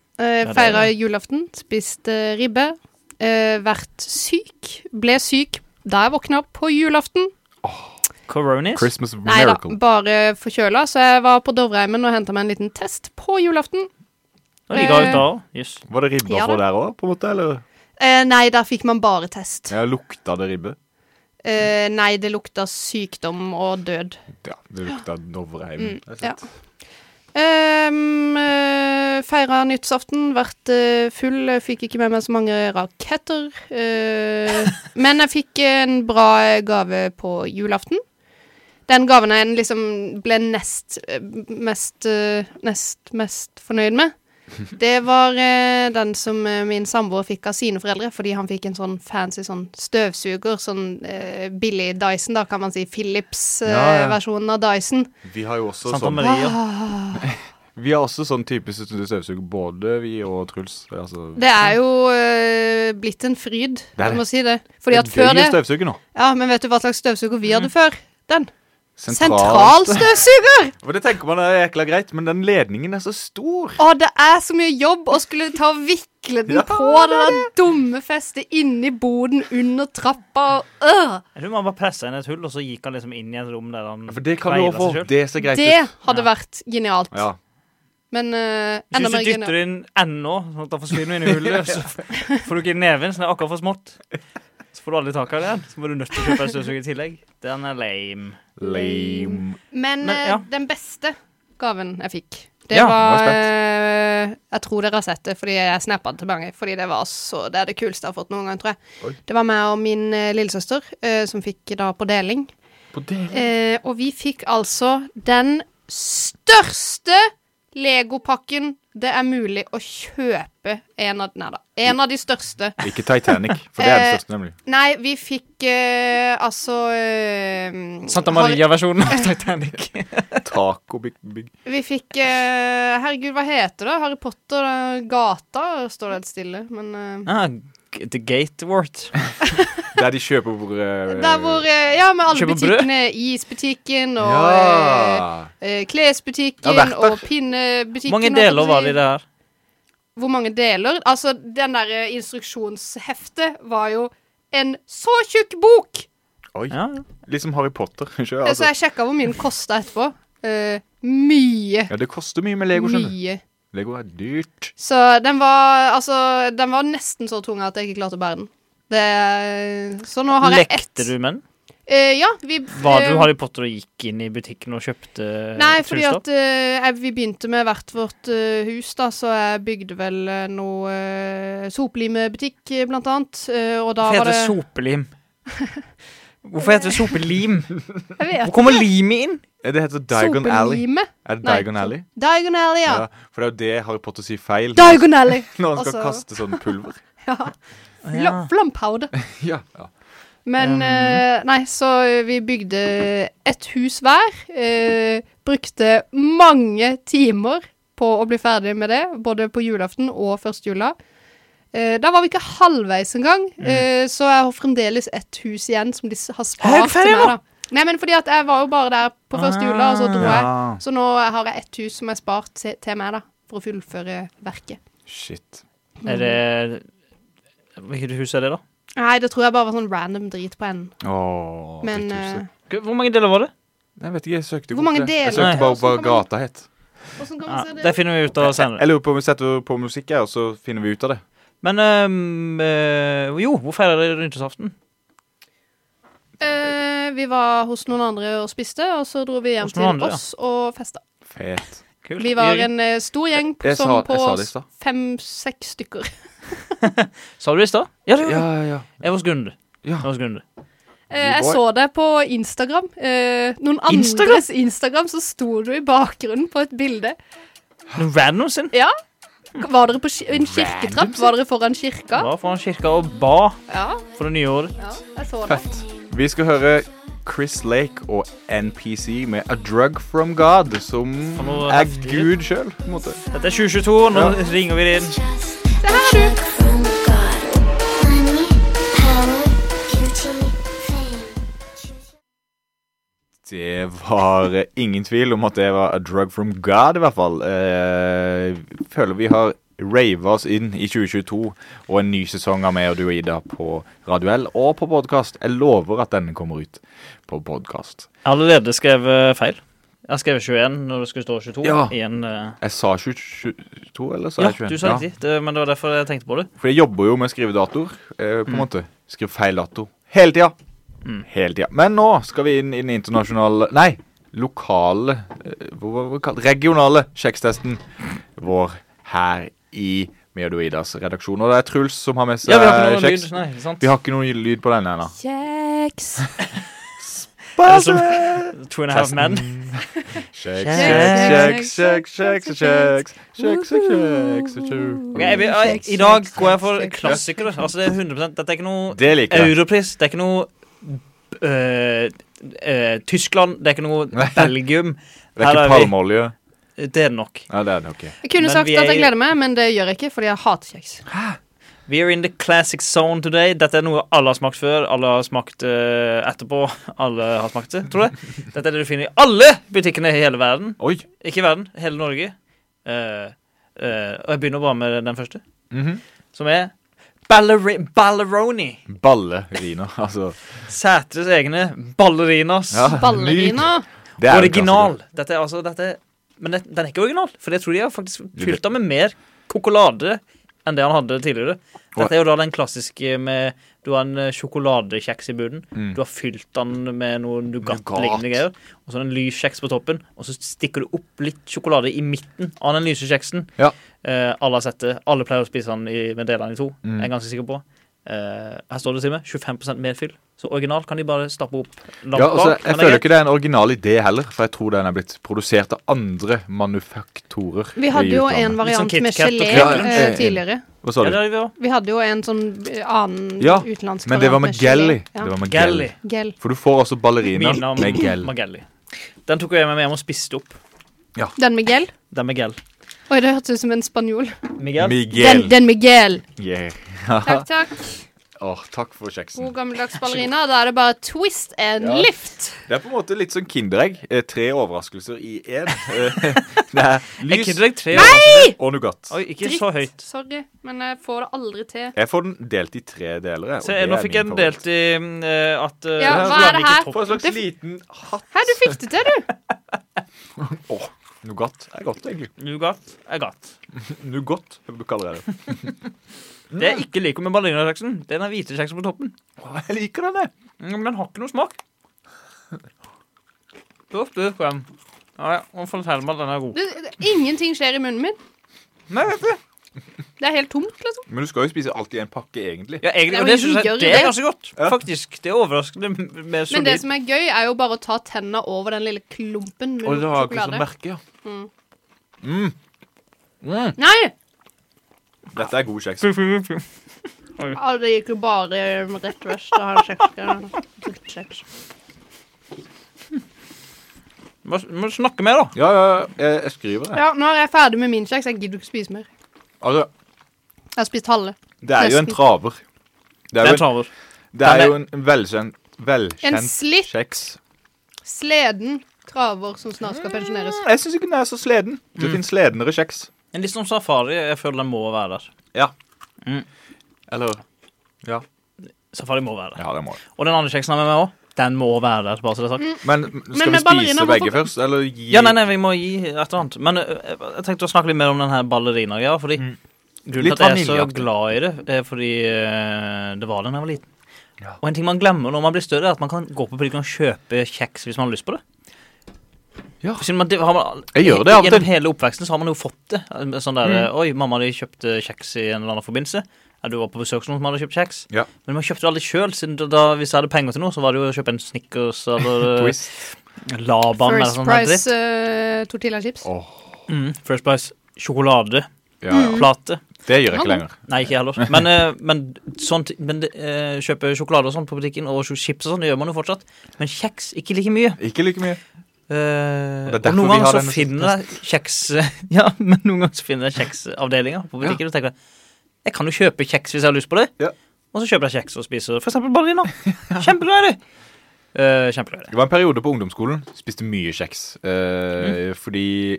er
Feira julaften, spiste ribbe, eh, vært syk. Ble syk da jeg våkna på julaften.
Coronis.
Christmas
Nei da,
miracle.
bare forkjøla. Så jeg var på Dovreimen og henta meg en liten test på julaften.
Og de ga ut da òg. Jøss.
Var det ribba
Ja
for
da.
der òg, på en måte? Eller?
Eh, nei, der fikk man bare test.
Ja, lukta det ribbe?
Eh, nei, det lukta sykdom og død.
Ja, det lukta Dovreim.
Mm,
rett og
ja.
slett.
Um, Feira nyttårsaften, vært eh, full, eh, fikk ikke med meg så mange raketter. eh, men jeg fikk en bra eh, gave på julaften. Den gaven jeg liksom ble nest eh, mest, eh, nest mest fornøyd med, det var eh, den som eh, min samboer fikk av sine foreldre, fordi han fikk en sånn fancy sånn støvsuger, sånn eh, billig Dyson, da kan man si.
Ja, ja.
Philips-versjonen av Dyson. Ah.
Vi har jo også
Santa
sånn,
Maria.
vi har også sånn type støvsuger, både vi og Truls. Altså,
Det er jo øh, blitt en fryd,
Det er
jeg
det.
må si det. Fordi at
det er
før
gøy Mm.
det
å støvsuge nå.
Ja, men vet du hva slags støvsuger vi hadde før? Den.
Sentral.
Sentralstøvsuger!
For det tenker man er jækla greit, men den ledningen er så stor.
Å, det er så mye jobb å skulle ta og vikle den
Ja,
på det der dumme festet inni boden under trappa og øh.
Jeg tror man bare pressa inn et hull, og så gikk han liksom inn i et rom der han
For det kan du
kveilet seg
overfor.
selv.
Det ser greit
Det
ut.
hadde vært genialt.
Ja.
Men øh,
Hvis
enda
du
mer
dytter
genialt.
inn ennå, sånn at han forsvinner inn i hullet, så får du ikke inn neven, så det er akkurat for smått. Så får du aldri tak av det igjen. Så må du nødt til å kjøpe en støvsuger i tillegg. Den er lame.
Lame.
Men
Men,
øh,
ja.
den beste gaven jeg fikk, det
Ja,
var
nå er
øh, Jeg tror dere har sett det, fordi jeg snappa det til mange. Fordi det var så Det er det kuleste jeg har fått noen gang, tror jeg.
Oi.
Det var meg og min eh, lillesøster, eh, som fikk da på deling.
På det.
Eh, og vi fikk altså den største legopakken det er mulig å kjøpe. En av, nei da, en av de største.
Ikke Titanic, for det er
eh,
den største, nemlig.
Nei, vi fikk eh, altså eh,
Santa
har-
Maria-versjonen av Titanic.
Taco Big Big.
Vi fikk eh, Herregud, hva heter det? Harry Potter-gata? Står det helt stille, men eh,
Ah, g- the Gatewort.
Der de kjøper hvor eh,
Der hvor eh, Ja, med alle
Kjøper brød?
butikkene. Isbutikken og eh,
Ja.
eh,
Jeg har
klesbutikken
vært der.
og pinnebutikken.
Hvor mange
holdt jeg på
deler
å
var
si.
det i det her?
Hvor mange deler? Altså, den der eh, instruksjonsheftet var jo en så tjukk bok!
Oi.
Ja.
Liksom Harry Potter. Ikke?
Eh, Så
Altså,
jeg sjekka hvor mye den kosta etterpå. Eh, mye.
ja, det koster mye med Lego, skjønner du.
Mye.
Lego er dyrt.
Så den var altså Den var nesten så tung at jeg ikke klarte å bære den. Det, så nå har jeg ett.
Lekte du med den?
Eh, ja, vi
Var
eh,
du Harry Potter og gikk inn i butikken og kjøpte
Nei, fordi
fullstopp?
at eh, jeg- vi begynte med hvert vårt eh, hus, da, så jeg bygde vel eh, noe eh, soplimebutikk, eh, blant annet. eh, og da var
Hvorfor heter det
det
sopelim? Hvorfor heter det sopelim?
Jeg
Hvor
vet
kommer limet inn?
Eh, Det heter Diagon Alley.
Sopelime?
Er det
Nei,
Diagon
så-
Alley?
Diagon Alley, ja.
For det er jo det Harry Potter sier feil
Diagon Alley!
når han skal
altså-
kaste sånn pulver.
Ja. Fl
Ja.
Flampowder.
ja. ja.
Men
Um.
eh, Nei, så eh, vi bygde ett hus hver. eh, brukte mange timer på å bli ferdig med det, både på julaften og første jula. Eh, da var vi ikke halvveis engang, eh, så jeg har fremdeles ett hus igjen som de s- har
Mm. Er du
spart til
ferdig
meg. da. Nei, men fordi at jeg var jo bare der på første jula, og så dro
Ah,
Ja.
jeg. Så nå har jeg ett hus som er spart til, til meg, da, for å fullføre verket.
Shit.
Er det Hvilket hus er det, da?
Nei, det tror jeg bare var sånn random drit på enden.
Åh,
Men eh,
dritthuset.
Hvor- Hvor mange deler var det?
Jeg vet ikke, jeg søkte ikke
Hvor
opp
mange liksom?
det.
deler?
Jeg søkte bare opp hva
Hvordan kan man-
gata het.
Åssen kan
Ja,
man se
det
det?
finner vi ut av senere.
Jeg lurer på om vi setter på musikk her, og så finner vi ut av det.
Men øhm, øh, jo, hvor feirer dere nyttårsaften?
Eh, vi var hos noen andre og spiste, og så dro vi hjem
Hos
til
noen andre, ja.
oss og festa.
Fet.
Kult.
Vi var en eh, stor gjeng
Jeg
som
sa-
på
jeg sa det i stad.
fem-seks stykker.
Sa du det i stad? Ja, det
Ja,
gjorde du.
ja, ja.
Jeg var hos Gunde.
Ja.
Jeg var hos Gunde.
Eh, jeg
boy.
så det på Instagram. Eh, noen
Instagram?
andres Instagram, så sto du i bakgrunnen på et bilde.
Noen Random sin.
Ja. Var dere på ki en kirketrapp? Var dere foran kirka?
Var foran kirka og ba
Ja,
for det nye året.
ja jeg så det.
Fett. Vi skal høre Chris Lake og NPC med A Drug From God, som
For noe
er
heftig.
Gud sjøl, på en måte.
Dette er 2022, nå
Ja.
ringer vi det inn.
Se her, du.
From God, money, power, beauty, fame.
Det var eh, ingen tvil om at det var A Drug From God, i hvert fall. Eh, føler vi har rave oss inn i 2022 og en ny sesong av meg og du og Ida på Radio L og på podkast. Jeg lover at denne kommer ut på podkast.
Jeg har allerede skrevet feil. Jeg har skrevet 21 når det skulle stå 22.
Ja.
Igjen, eh,
Jeg sa 2022, eller sa
ja,
jeg 21?
du sa riktig, det- men det var derfor jeg tenkte på det.
For jeg jobber jo med skrivedatoer, eh, på
Mm.
en måte. Skriver feil dato. Hele tida! Hele tida. Men nå skal vi inn i den internasjonale Nei, lokale eh, Hvor var det kalt? Regionale sjekkstesten vår her i Meodo Idas redaksjon. Og det er Truls som har med seg
Ja, vi har ikke noe
kjeks.
lyd, nei, ikke sant?
Vi har ikke noe lyd på denne ennå.
Kjeks.
Er det som Two and a half
Testen.
men.
Kjeks,
Kjeks.
kjeks, kjeks, kjeks, kjeks, kjeks, kjeks, kjeks.
Ok, jeg, vil- jeg, I dag går jeg for klassikere. Altså, det er 100 Dette er ikke noe
Det liker jeg.
Europris. Det er ikke noe eh, eh, Tyskland. Det er ikke noe
Nei.
Belgium.
Det er
Her
ikke
er vi.
palmeolje.
Det er det nok.
Nei, det er det ikke.
Jeg kunne
Men
sagt
vi
at
er i-
jeg gleder meg, men det gjør jeg ikke, fordi jeg hater kjeks.
We are in the classic zone today. Dette er noe alle har smakt før, alle har smakt eh, etterpå. Alle har smakt det, tror jeg. Dette er det du finner i alle butikkene i hele verden.
Oi.
Ikke i verden, hele Norge. Eh, eh, og jeg begynner bare med den første,
mhm.
som er Balleri Balleroni.
Balleriner, altså.
Sætres egne ballerinas.
Ja,
Ballerina.
Det er jo
original. Dette er altså dette, Men det, den er ikke original, for jeg tror de har faktisk fylt den med mer kokolade enn det han hadde tidligere. Dette er jo da den klassiske med Du har en eh, sjokoladekjeks i bunnen.
Mm.
Du har fylt den med noe
Nougat.
nougat-lignende greier. Og så en lys kjeks på toppen, og så stikker du opp litt sjokolade i midten av den lyse kjeksen.
Ja.
Eh, alle har sett det. Alle pleier å spise den i, med delene i to.
Mm.
Jeg er ganske sikker på. Eh, her står det til meg 25 mer fyll. Så original kan de bare stappe opp langt
Ja, altså,
bak,
jeg
men det er
føler
greit.
ikke det er en original idé heller, for jeg tror den er blitt produsert av andre manufaktorer.
Vi hadde
i
jo
utlandet.
en variant
Litt sånn
med
KitKat og
gelé
Ja,
ja.
eh, tidligere.
Hva sa
Ja,
du?
det har vi også.
Vi hadde jo en sånn eh, annen
Ja,
utenlandsk
Men det var
variant
med gel i.
gelé. Ja.
Det var med
Gel i.
gel.
Gel.
For du får også ballerina
Mina
med gel.
Magelli. Den tok jeg med meg hjem og spiste opp.
Den med gel?
Den med gel.
Oi, det hørtes ut som en spanjol.
Miguel.
Miguel.
Den, den med gel.
Yeah.
Takk, takk.
Åh, takk for kjeksen.
God gammeldags ballerina. Da er det bare twist and
Ja.
lift.
Det er på en måte litt som Kinderegg. Eh, tre overraskelser i én. Eh, det er
Jeg
lys
kidder deg tre år.
og nougat.
Oi, ikke så høyt.
Sorry, men jeg får det aldri til.
Jeg får den delt i tre deler. jeg, og
Se,
det
nå
er
fikk
min
jeg den
favoritt.
delt i eh, at eh,
Ja, hva er det
ikke
her?
topp.
For en slags
Det-
liten hatt.
Hæ, du fikk det til, du.
Åh, nougat er godt, egentlig.
Nougat er godt.
Nougat, du kaller jeg det. Mm.
Det jeg ikke liker med ballerinakjeksen, det er den hvite kjeksen på toppen.
Åh, jeg liker den, jeg.
Mm, Men den har ikke noe smak. Så spør jeg om. Ja, ja, og fortell meg at den er god.
Det, det, ingenting skjer i munnen min.
Nei, vet du.
Det er helt tomt, liksom.
Men du skal jo spise alt i en pakke, egentlig.
Ja, egentlig,
Ja,
og
men
det synes
gjør
jeg
jo
det er
det.
ganske godt,
Ja.
faktisk. Det er overraskende med
Men det
solid.
som er gøy, er jo bare å ta tenna over den lille klumpen med
Og det har ikke sånn
sjokolade.
merke, ja.
Mm.
Mm. Mm.
Nei!
Dette er god kjeks.
Ja, det gikk jo bare rett vest. Da har jeg sjekket.
Må, må snakke mer, da.
Ja, ja, ja, jeg, jeg skriver det.
Ja, nå er jeg ferdig med min kjeks. Jeg gidder ikke spise mer.
Altså,
Jeg har spist halve.
det er jo en
Nesten.
traver. Det er jo
Den
en,
tar over.
det er
Den er-
jo en velkjent,
En
velkjent
slitt,
kjeks.
sleden traver som snart skal pensjoneres.
Mm, Jeg syns ikke den er så sleden. Det
Mm.
finnes sledenere kjeks.
En litt sånn safari. Jeg føler den må være der.
Eller
Safari må være der.
Ja, det må det.
Og den andre kjeksen har jeg med meg òg. Den må være der. bare så det er sagt.
Men skal
med
vi
ballerina,
spise begge
hvorfor-
først, eller gi
Ja, nei, nei, vi må gi et eller annet. Men ø, ø, jeg tenkte å snakke litt mer om den her ballerina-greia. fordi
Mm.
grunnen
Litt
til at jeg er så
vaniljeaktig.
glad i det, er fordi ø, det var den da jeg var liten.
Ja.
Og en ting man glemmer når man blir større, er at man kan gå på butikken og kjøpe kjeks hvis man har lyst på det.
Ja.
For Siden man, det har man,
Jeg gjør det av og til.
Gjennom hele oppveksten så har man jo fått det. Sånn der,
Mm.
Oi, mamma di kjøpte kjeks i en eller annen forbindelse. Ja, du var på besøk hos noen som hadde kjøpt kjeks.
Ja.
Men man kjøpte det aldri sjøl. Hvis jeg hadde penger til noe, så var det jo å kjøpe en Snickers eller eh,
Twist.
Laban eller
First
sånn der dritt.
Price eh, tortilla chips.
Åh,
Mm, First Price. Sjokolade.
ja,
Mm.
ja.
Plate.
Det gjør jeg ikke lenger.
Nei, ikke jeg heller. Men, eh, men, sånt, men eh, kjøpe sjokolade og sånn på butikken, og sjo- chips og sånn, det gjør man jo fortsatt. Men kjeks ikke like mye.
Ikke like mye.
Eh,
Og det er
og
derfor
noen
vi har
ganger
denne
så finner jeg kjeks Ja, men noen ganger så finner jeg kjeksavdelinger på butikken. Og tenker jeg, jeg kan jo kjøpe kjeks hvis jeg har lyst på det.
Ja.
Og så kjøper jeg kjeks og spiser f.eks. ballerina. Kjempeglad i det. Eh, kjempeglad i det.
Det var en periode på ungdomsskolen. Spiste mye
Mm.
kjeks. Eh, Fordi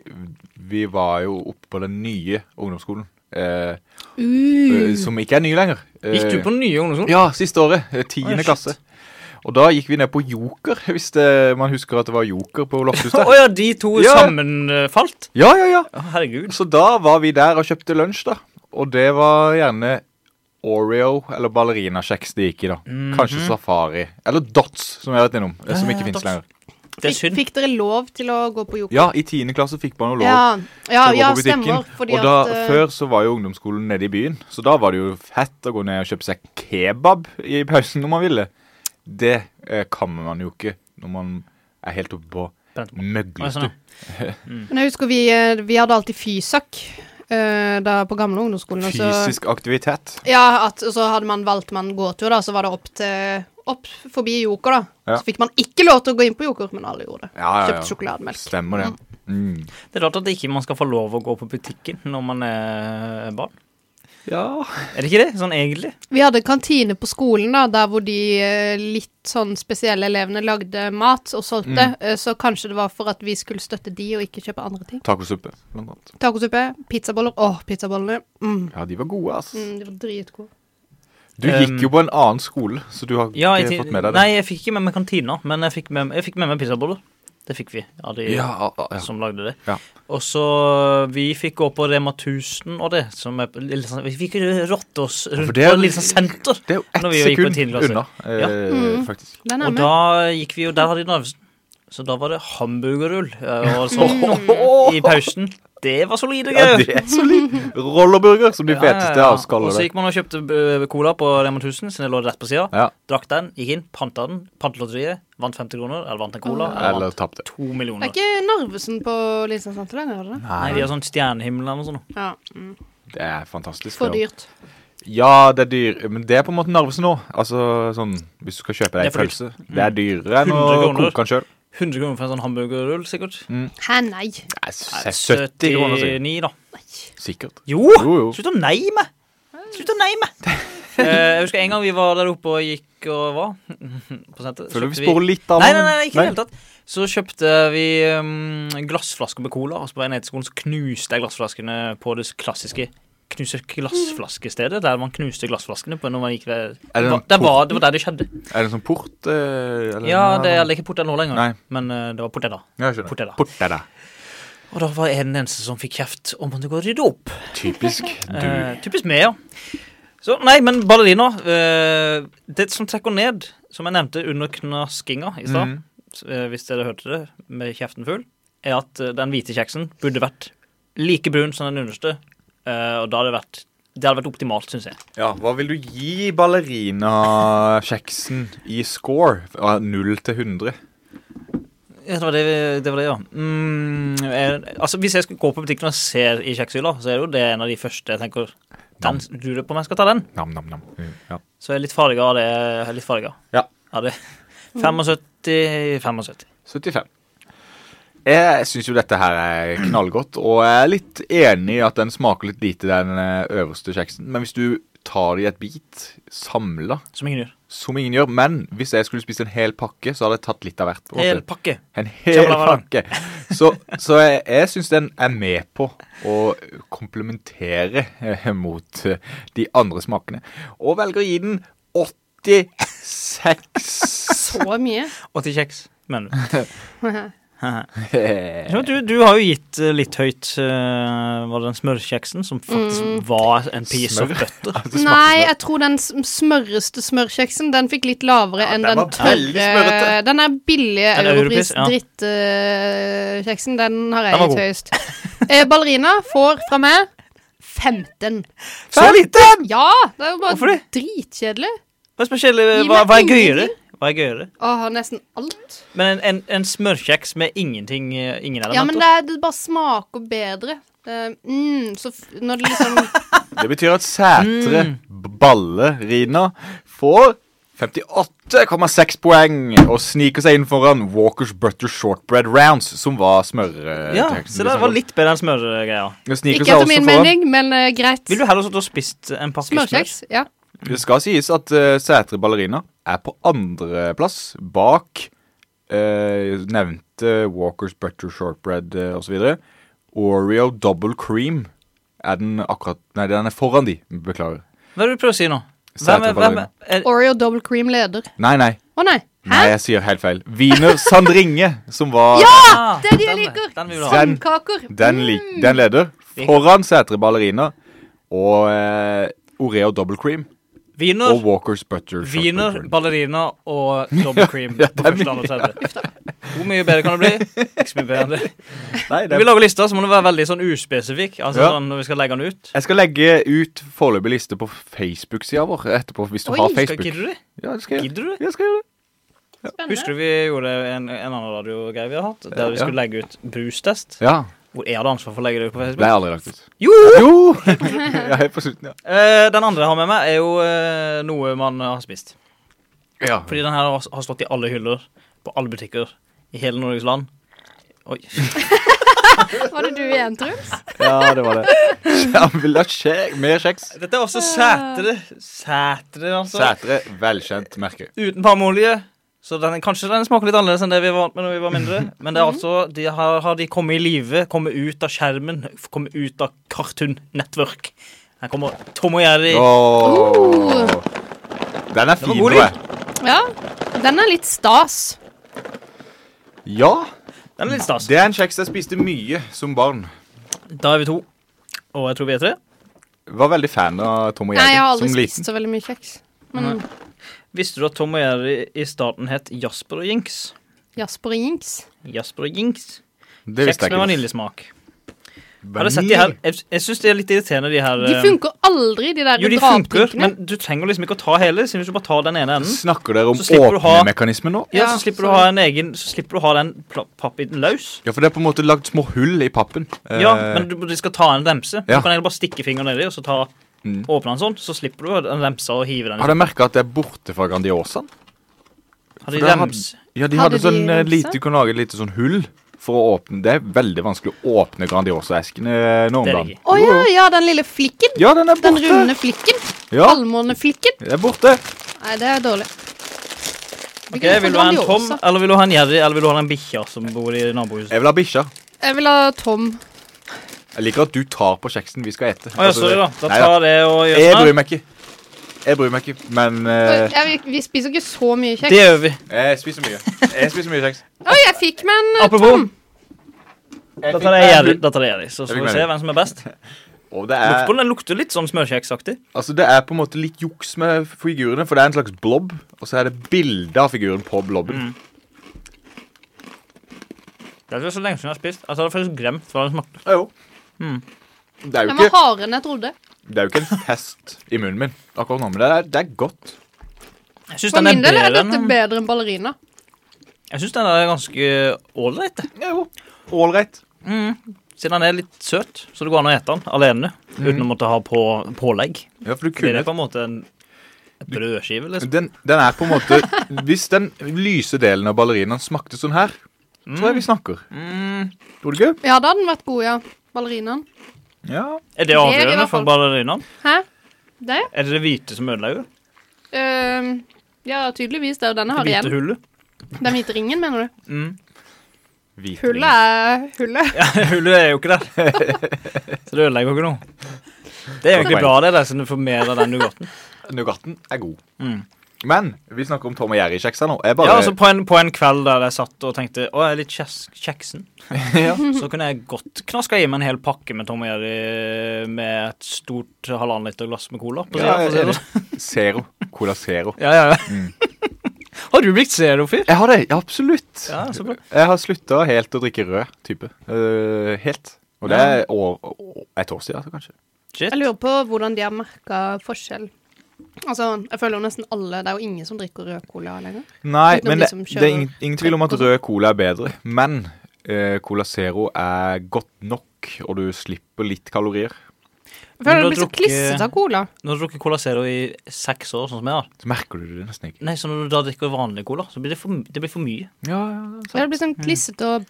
vi var jo oppe på den nye ungdomsskolen. eh, eh,
Uh.
som ikke er ny lenger. Eh,
Gikk du på nye ungdomsskolen?
Ja, siste året. eh,
Oi,
Tiende
shit.
klasse. Og da gikk vi ned på Joker, hvis det, man husker at det var Joker på Lofthus
Å
der.
ja, de to
Ja.
sammenfalt?
Ja, ja, ja.
Å, Herregud.
Så da var vi der og kjøpte lunsj, da. Og det var gjerne Oreo eller ballerinakjeks det gikk i, da. Kanskje Safari. Eller Dots, som jeg har vært innom. eh, Som
Mhm. Ja,
ikke
ja,
fins
Dots.
lenger.
Det er
Fikk-
synd.
Fikk dere lov til å gå på Joker?
Ja, i tiende klasse fikk man jo lov
ja, ja,
til å gå
ja
på butikken.
stemmer. Fordi
og da,
at eh,
Før så var jo ungdomsskolen nede i byen, så da var det jo fett å gå ned og kjøpe seg kebab i pausen når man ville. Det eh, kan man jo ikke når man er helt oppe på
Brent på. Å, ja,
Møglestu.
sånn, ja.
Men jeg husker vi, eh, vi hadde alltid fysak eh, da på gamle ungdomsskolen. og så-
Fysisk aktivitet.
Ja, at, og så hadde man valgt man gåtur, da, så var det opp til opp forbi Joker, da.
Ja.
Så fikk man ikke lov til å gå inn på Joker, men alle gjorde det.
Ja, ja,
Kjøpte
ja.
sjokolademelk.
Stemmer det. Mm.
Det er rart at ikke man skal få lov å gå på butikken når man er barn.
Ja.
Er det ikke det? Sånn egentlig?
Vi hadde kantine på skolen, da, der hvor de eh, litt sånn spesielle elevene lagde mat og solgte,
Mm.
eh, så kanskje det var for at vi skulle støtte de og ikke kjøpe andre ting.
Tacosuppe, blant annet.
Tacosuppe, pizzaboller. Åh, pizzabollene. Mm.
Ja, de var gode, ass.
Mm, de var dritgode.
Du gikk jo på en annen skole, så du har
Um, Ja,
ikke
jeg,
fått med deg det.
Nei, jeg fikk ikke med meg kantina, men jeg fikk med, jeg fikk med meg pizzaboller. Det fikk vi av de
Ja, ah, ah, ja.
som lagde det.
Ja.
Og så Vi fikk gå på Rema 1000 og det. Som er, litt sånn, vi fikk rotte oss rundt
for det er
på
jo-
et lite sånn senter.
Det er jo
Når
ett
vi gikk på
sekund
altså. tiende klasse.
unna, eh,
Ja.
Mm.
faktisk.
Den er
Og
med.
da gikk vi jo Der hadde de Narvesen. Så da var det hamburgerrull eh, og sånn
Mm.
i pausen. Det var solide
Ja,
greier.
det er så litt Rollerburger, som de feteste av oss
Og
kaller
så
det.
gikk man og kjøpte eh, cola på Rema 1000, siden det lå rett på sida.
Ja,
Drakk den, gikk inn, panta den. Pantelotteriet. Vant 50 kroner, eller vant en cola. Eller
Ah. eller
vant
tapte.
to
Det
millioner.
er ikke Narvesen på Lisensenter lenger, er det det?
Nei, de har sånn stjernehimmel eller noe sånt.
Ja. Mm.
Det er fantastisk.
For
det.
dyrt.
Ja, det er dyr, men det er på en måte Narvesen nå. Altså, sånn, hvis du skal kjøpe deg
Det er
en
for
pølse. Det er dyrere enn å
100 kroner.
koke den sjøl.
100 kroner for en sånn hamburgerrull, sikkert.
Hæ, nei.
70 kroner, sikkert.
79, da.
sikkert.
Jo!
Jo, jo.
Slutt å nei meg! Slutt å nei meg! Eh, jeg husker en gang vi var der oppe og gikk og hva? På senter.
Føler du vi
kjøpte
sporer litt av
Nei, nei, nei, ikke i det hele tatt. Så kjøpte vi um, glassflasker med cola, og så på vei ned til skolen så sånn knuste jeg glassflaskene på det klassiske knuse glassflaskestedet, der man knuste glassflaskene på når man gikk ved
Er det
det var,
en
det var, det var der det skjedde.
Er det en sånn port? eh, Eller,
Ja, det er ikke portet nå lenger,
Nei.
men eh, det var portet da.
Ja, jeg skjønner.
Port er det.
Port er det.
Og da var jeg den eneste som fikk kjeft om at det går å rydde opp.
Typisk du.
Eh, typisk meg, ja. Så, nei, men ballerina eh, Det som trekker ned, som jeg nevnte under knaskinga i stad,
Mhm.
eh, hvis dere hørte det med kjeften full, er at eh, den hvite kjeksen burde vært like brun som den underste. eh, og da hadde det vært Det hadde vært optimalt, syns jeg.
Ja, hva vil du gi ballerinakjeksen i score? Fra 0 til 100?
Ja, Det var det, det, var det ja. Mm, jeg, altså, hvis jeg skulle gå på butikken og ser i kjekshylla, så er det jo det en av de første jeg tenker Den lurer på om jeg skal ta den.
Nam, nam, nam. Mm, Ja.
Så jeg er litt farga av det. Jeg er litt farget.
Ja.
Av det. 75 75.
75. Jeg syns jo dette her er knallgodt, og jeg er litt enig i at den smaker litt lite, den eh, øverste kjeksen. Men hvis du tar det i et bit, samla,
Som ingen gjør.
som ingen gjør Men hvis jeg skulle spist en hel pakke, så hadde jeg tatt litt av hvert. på en måte.
Hel pakke.
En hel
Jævla varm.
pakke. Så, så jeg, jeg syns den er med på å komplementere eh, mot eh, de andre smakene. Og velger å gi den 86.
Så mye.
80 kjeks, mener du.
Eh,
Jo, du. Du har jo gitt eh, litt høyt eh, Var det den smørkjeksen som faktisk
Mm.
var en piece
Smør?
of butter?
altså, smaken
Nei,
er-
jeg tror den sm- smøreste smørkjeksen, den fikk litt lavere enn
den
den,
var veldig
tørre
smørete.
Den er billige
Den europris, ja.
europris-drittkjeksen. den har jeg
Den var
gitt
god.
høyest. Eh, ballerina får fra meg 15.
Så lite!
Ja! Det er jo bare
Hvorfor det?
dritkjedelig.
Hva er, spesielt, eh,
Gi
hva,
meg
hva er
ingenting.
gøyere? Hva er gøyere?
Åh, nesten alt.
Men en, en, en smørkjeks med ingenting eh, Ingen elementer?
Ja, men det, er, det bare smaker bedre. Det- mm, så f når det liksom
Det betyr at Sætre Ballerina får 58,6 poeng og sniker seg inn foran Walkers Butter Shortbread Rounds, som var smørteksten. liksom.
ja, så det var litt bedre enn smørgreia.
Ikke etter min mening, men eh, greit.
Vil du heller sittet og spist en pakke smør?
Smørkjeks? Ja.
Det skal sies at eh, Sætre Ballerina er på andreplass bak eh, nevnte Walkers Butter Shortbread eh, osv. Oreo Double Cream er den akkurat Nei, den er foran de. Beklager.
Hva er det du prøver å si nå? Hvem er, hvem
Sæterballonger.
er, eh, er
Oreo double cream leder.
Nei, nei.
Å nei.
Nei, jeg sier helt feil. Wiener Sandringe, som var
ah,
Det er de jeg
den-
liker.
Den vil du ha.
Den-
Sandkaker.
Den, lik,
Mm!
den leder foran Sætre Ballerina og eh, Oreo Double Cream
Wiener,
og Walkers Butter Chocolate
Wiener,
Cream.
ballerina og double cream.
ja,
på
den-
første, andre, tredje. Hvor mye bedre kan det bli? Ikke så mye bedre enn det.
Nei,
Når
det
vi lager lista, så må den være veldig sånn uspesifikk. Altså
Ja.
sånn når vi skal legge den ut.
Jeg skal legge ut foreløpig liste på Facebook-sida vår etterpå, hvis du
Oi,
har
skal
Facebook.
Gidder du det?
Ja, det skal jeg gjøre.
Gidder du det?
Jeg skal gjøre det.
Husker du vi gjorde en, en annen radiogreie vi har hatt, der vi
Ja.
skulle legge ut brustest?
Ja,
Hvor jeg hadde ansvar for å legge det ut på
det
Facebook.
er aldri lagt ut.
Jo!
Jo! ja, helt på slutten, ja.
Eh, den andre jeg har med meg, er jo eh, noe man har spist.
ja.
Fordi den her har, har stått i alle hyller, på alle butikker, i hele Norges land. Oi.
Var det du igjen, Truls?
Ja, det var det. Han vil ha kje- mer kjeks.
Dette er også Sætre. Sætre, altså.
Sætre, velkjent merke.
Uten palmeolje. Så den, kanskje den smaker litt annerledes enn det vi var vant med når vi var mindre. Men det
Mhm.
er altså, de har, har de kommet i live, kommet ut av skjermen, kommet ut av Cartoon Network. Her kommer Tom og Jerry.
Åh. Den er
var
fin, tror
god,
jeg.
Ja. Den er litt stas.
Ja,
Den er litt stas.
det er en kjeks jeg spiste mye som barn.
Da er vi to. Og jeg tror vi er tre.
Var veldig fan av Tom og
Nei,
Jerry
jeg har
som
aldri
liten.
spist så veldig mye kjeks. Men
Visste du at Tom og Jerry i starten het Jasper og Jinx?
Jasper og Jinx
Jasper og Jinx.
Det
Kjeks
visste
med
jeg ikke.
vaniljesmak. Har du sett de her? Jeg, jeg syns de er litt irriterende, de her.
De
eh,
funker aldri, de der
Jo, de funker,
drapdrinkene.
men du trenger liksom ikke å ta hele. Siden hvis du bare tar den
Mm.
ene enden,
Snakker dere om
Så slipper du ha-
åpnemekanismen nå?
ja,
Ja,
så slipper du
sorry.
å ha en egen Så slipper du å ha den pla- pappbiten løs.
Ja, for det er på en måte lagd små hull i pappen.
Ja,
Eh,
men du, du skal ta en remse.
Ja.
Du kan egentlig bare stikke fingeren nedi og så ta
Mm.
åpne den sånn. Så slipper du den remsa og hive den
Har
ut.
dere merka at det er borte fra Grandiosaen?
Har de
for det har-
rems?
Ja, de
Hadde
hadde,
de
sånn eh,
remse?
lite, du kan lage et lite sånn hull for å åpne Det er veldig vanskelig å åpne Grandiosa-eskene nå om
Det er
dagen.
det
Å ja, ja, den lille flikken.
Ja, den er
Den
borte.
runde flikken.
Ja,
Allmåneflikken.
den er borte.
Nei, det er dårlig. Vi
Ok,
kunne
Vil
fått
du ha en Tom,
Grandiosa.
eller vil du ha en Jerry, eller vil du ha den bikkja som bor i nabohuset?
Jeg vil ha bikkja.
Jeg vil ha Tom.
Jeg liker at du tar på kjeksen vi skal ete.
Å ja,
Altså,
sorry, da. Da
nei
tar jeg det og gjør
Jeg bryr
sånn. her.
meg ikke. Jeg bryr meg ikke, men eh,
Jeg, vi, vi spiser ikke så mye
Det
kjeks.
gjør vi.
jeg spiser mye. Jeg spiser mye kjeks.
Oi, jeg fikk meg en eh,
Apropos,
Tom.
da tar jeg Jerry. Da tar jeg Jerry. Så, så
Jeg fikk Eh.
får vi
mening.
se hvem som er best.
Og det
Lukt på
er,
den, den lukter litt sånn smørkjeksaktig.
altså det er på en måte litt juks med figurene, for det er en slags blob, og så er det bilde av figuren på
Mm.
blobben.
Det er ikke så lenge siden jeg har spist. Altså, jeg hadde faktisk glemt hva den smakte.
Ja, jo.
Mm.
Det er jo
Den var
ikke,
hardere enn jeg trodde.
det er jo ikke en fest i munnen min akkurat nå, men det er, det er godt.
Jeg syns
For
den er
min del er
bedre
dette
enn
bedre enn ballerina.
Jeg synes den er ganske ålreit. jeg.
Ja, jo. All right.
Siden den er litt søt, så det går an å ete den alene uten å måtte ha på pålegg.
Ja, for du
Fordi
kunne
det er på en måte en et brødskive, liksom.
den, den er på en måte Hvis den lyse delen av ballerinaen smakte sånn her, så tror jeg
Mm.
vi snakker. Tror du ikke?
Ja, da hadde den vært god, ja. Ballerinaen.
Ja.
Er
det er
det
i
avgjørende
hvert fall-
for ballerinaen?
Hæ? Det?
Er det det hvite som ødelegger?
Øhm, Ehm, ja, tydeligvis. Det er jo den jeg
Det
har
hvite
igjen.
hullet?
Den hvite ringen, mener du?
Mm.
Hullet er hullet.
Ja, hullet er jo ikke der. Så det ødelegger jo ikke noe. Det er jo
Godt
egentlig bra, det, der, siden du får mer av den nougaten.
Nougatten er god.
Mm.
Men vi snakker om Tom og Jerry-kjeks her nå. Jeg bare,
Ja, altså på en, på en kveld der jeg satt og tenkte å, jeg er litt kjes- kjeksen,
Ja.
så kunne jeg godt knaska i meg en hel pakke med Tom og Jerry med et stort halvannen liter glass med cola. På
Ja,
siden, for å
jeg
si det
er
sånn.
enig. Zero. Cola Zero.
ja, ja, ja.
Mm.
Har du blitt zero-fyr?
Jeg har det. ja, Absolutt.
Ja, så bra.
Jeg har slutta helt å drikke rød type. Eh, helt. Og det er år, å- et år siden, altså, kanskje.
Shit.
Jeg lurer på hvordan de har merka forskjell. Altså, jeg føler jo nesten alle Det er jo ingen som drikker rød cola lenger.
Nei,
Utenom
men
de
det,
som
det er
kjører
ingen, ingen tvil om at
trekk og
rød cola er bedre. Men eh, Cola Zero er godt nok, og du slipper litt kalorier.
Jeg føler
Men
det
du har
blir så
drukket-
klissete av cola.
Når du drukker Cola Zero i seks år, sånn som jeg har
Så merker du det nesten ikke.
Nei, så når du da drikker vanlig cola, så blir det for, det blir for mye.
Ja, ja,
Ja, Det blir sånn klissete og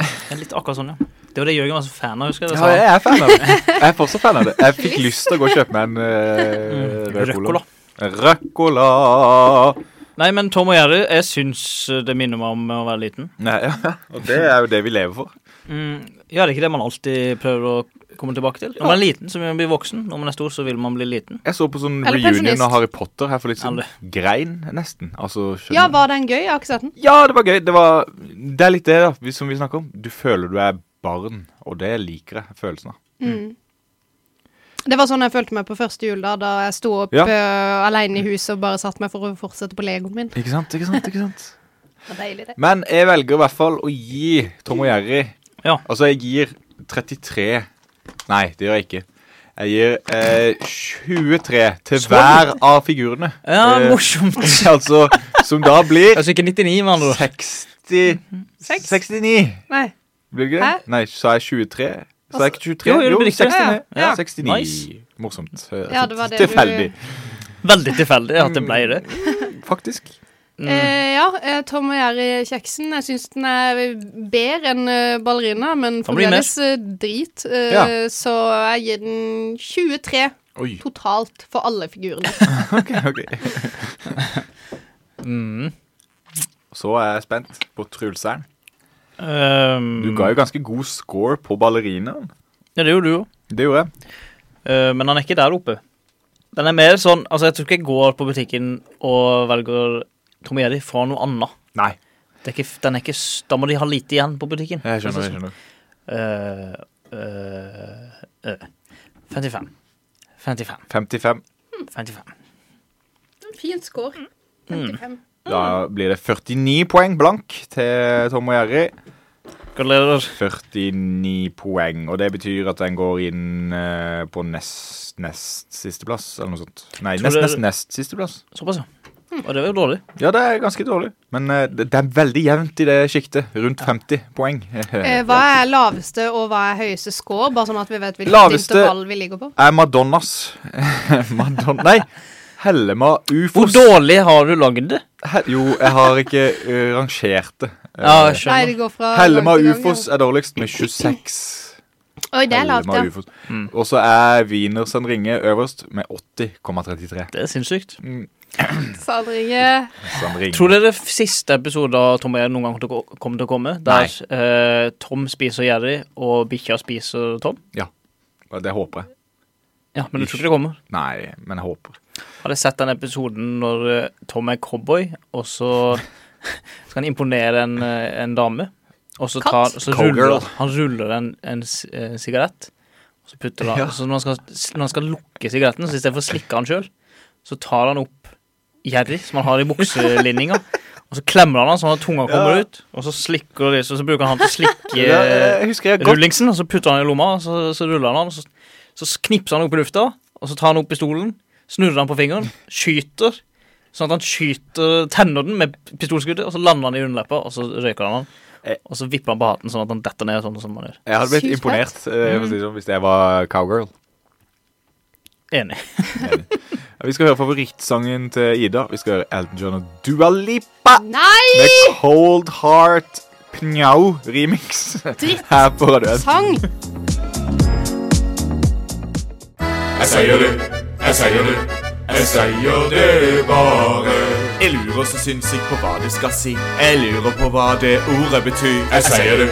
Det er litt akkurat sånn, ja. Det var det Jørgen var så fan av, husker jeg. Det
ja,
sa han.
jeg er fan av det. Jeg er fortsatt fan av det. Jeg fikk lyst til å gå og kjøpe meg en
Mm.
eh, rød
Rød
cola.
cola.
Røkkola!
Nei, men Tom og Jerry, jeg syns det minner meg om å være liten.
Nei, ja. Og det er jo det vi lever for.
Mm, ja, det er ikke det man alltid prøver å komme tilbake til. Når man er liten, så vil man bli voksen. Når man er stor, så vil man bli liten.
Jeg så på sånn
Eller pensjonist.
reunion av Harry Potter her for litt siden.
Eller-
Grein, nesten. Altså,
Mm.
skjønner
Ja,
du?
var den gøy? Jeg har ikke sett den.
Ja, det var gøy. Det, var, det er litt det da, vi- som vi snakker om. Du føler du er barn, og det liker jeg følelsen av.
Mm.
Mm. Det var sånn jeg følte meg på første jul, da, da jeg sto opp
Ja.
eh, alene i huset og bare satt meg for å fortsette på legoen min.
Ikke sant, ikke sant, ikke sant?
Det var deilig, det.
Men jeg velger i hvert fall å gi Tom og Jerry
Ja.
Altså, jeg gir 33 Nei, det gjør jeg ikke. Jeg gir eh, 23 til hver av figurene.
Ja,
Eh,
morsomt.
altså, som da blir
Altså ikke 99, med andre ord.
60
Seks?
69.
Nei.
Blir det ikke det?
Hæ? Altså,
Nei, sa jeg 23? Sa jeg ikke 23?
Jo, jo, det blir riktig.
69.
Ja, ja.
69.
Nice.
Morsomt. Eh,
Ja, det var det
Tilfeldig,
Veldig tilfeldig at det ble det.
faktisk. Mm.
Mm.
Eh, ja, eh, Tom og Jerry-kjeksen. Jeg syns den er bedre enn eh, ballerina, men
Da blir det mer.
fremdeles eh, drit. Eh,
Ja.
Så jeg gir den 23
Oi.
totalt for alle figurene.
Ok, ok.
Mm.
Så er jeg spent på Trulseren.
Ehm,
Du ga jo ganske god score på ballerinaen.
Ja, det gjorde du jo.
Det gjorde jeg.
Eh, men han er ikke der oppe. Den er mer sånn Altså, jeg tror ikke jeg går på butikken og velger Tom og Jerry fra noe annet.
Nei.
Det er ikke, den er ikke, s- da må de ha lite igjen på butikken.
Jeg skjønner. jeg skjønner.
Eh, eh, eh. 55. 55.
55.
55.
fin score. 55.
Da blir det 49 poeng blank til Tom og Jerry.
Gratulerer.
49 poeng. Og det betyr at den går inn eh, på nest, nest siste plass, eller noe sånt. Nei,
Tror
nest,
dere-
nest, nest siste plass.
Såpass, ja. Og det var jo dårlig.
Ja, det er ganske dårlig. Men eh, det, det er veldig jevnt i det sjiktet. Rundt 50 poeng.
Eh, hva er laveste og hva er høyeste score? Bare sånn at vi vet hvilket
Laveste-
intervall vi ligger på.
Er Madonnas Madonna Nei! Hellema
Hvor
Ufos.
dårlig har du lagd det?
He jo, jeg har ikke eh, rangert det. Eh,
Ja,
Nei,
jeg skjønner.
det går fra
Hellema
gang til gang,
Ufos er dårligst med 26.
ja. Oi, det er lavt,
Hellema
ja.
Ufos. Og så er Wienersen Ringe øverst med 80,33.
Det er sinnssykt.
Mm,
Salringe.
Sand Ringe.
Tror dere f- siste episode av Tom og Jerry noen gang kommer til å ko- kommer til å komme? Der eh, Tom spiser Jerry, og bikkja spiser Tom?
Ja, Det håper jeg.
Ja, Men du tror ikke det kommer?
Nei, men jeg håper.
Har dere sett den episoden når eh, Tom er cowboy, og så skal han imponere en, eh, en dame? Og så, tar,
Katt.
så
Cowgirl.
ruller han- han ruller en, en, s- eh, sigarett. Og så putter han,
Ja.
så når han, skal, når han skal lukke sigaretten, så istedenfor å slikke han sjøl, så tar han opp Jerry, som han har i bukselinninga. Og så klemmer han han sånn at tunga kommer
Ja.
ut, og så slikker det, så, så bruker han han til å slikke
Ja, jeg husker jeg godt
rullingsen, og så putter han i lomma, og så, så ruller han han, og så, så knipser han opp i lufta, og så tar han opp pistolen, snurrer han på fingeren, skyter, sånn at han skyter, tenner den med pistolskuddet, og så lander han i underleppa, og så røyker han
Eh.
han, og så vipper han på haten sånn at han detter ned, sånn som han gjør.
Jeg hadde blitt
Sykt
imponert eh,
Mm.
for å si det sånn, hvis jeg var cowgirl.
Enig.
Ja, Vi skal høre favorittsangen til Ida. Vi skal høre Elton John og Dua Lipa
Nei!
med Cold Heart Pnjau remix
Dritt.
her på Radio 1.
Sang!
Jeg sier det, jeg sier det, jeg sier det bare. Jeg lurer så sinnssykt på hva det skal si. Jeg lurer på hva det ordet betyr. Jeg sier det,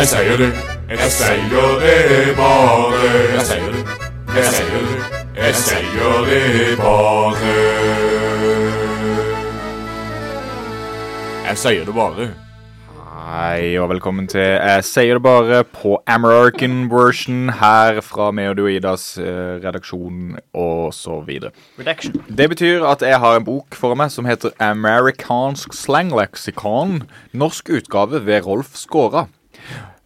jeg sier det, jeg sier det bare. Jeg sier det, jeg sier det, jeg sier det bare. Jeg sier det bare.
Hei, og velkommen til Jeg sier det bare på American version her fra meg og du og Idas eh, redaksjon og så videre.
Redaction.
Det betyr at jeg har en bok foran meg som heter Amerikansk slangleksikon. Norsk utgave ved Rolf Skåra.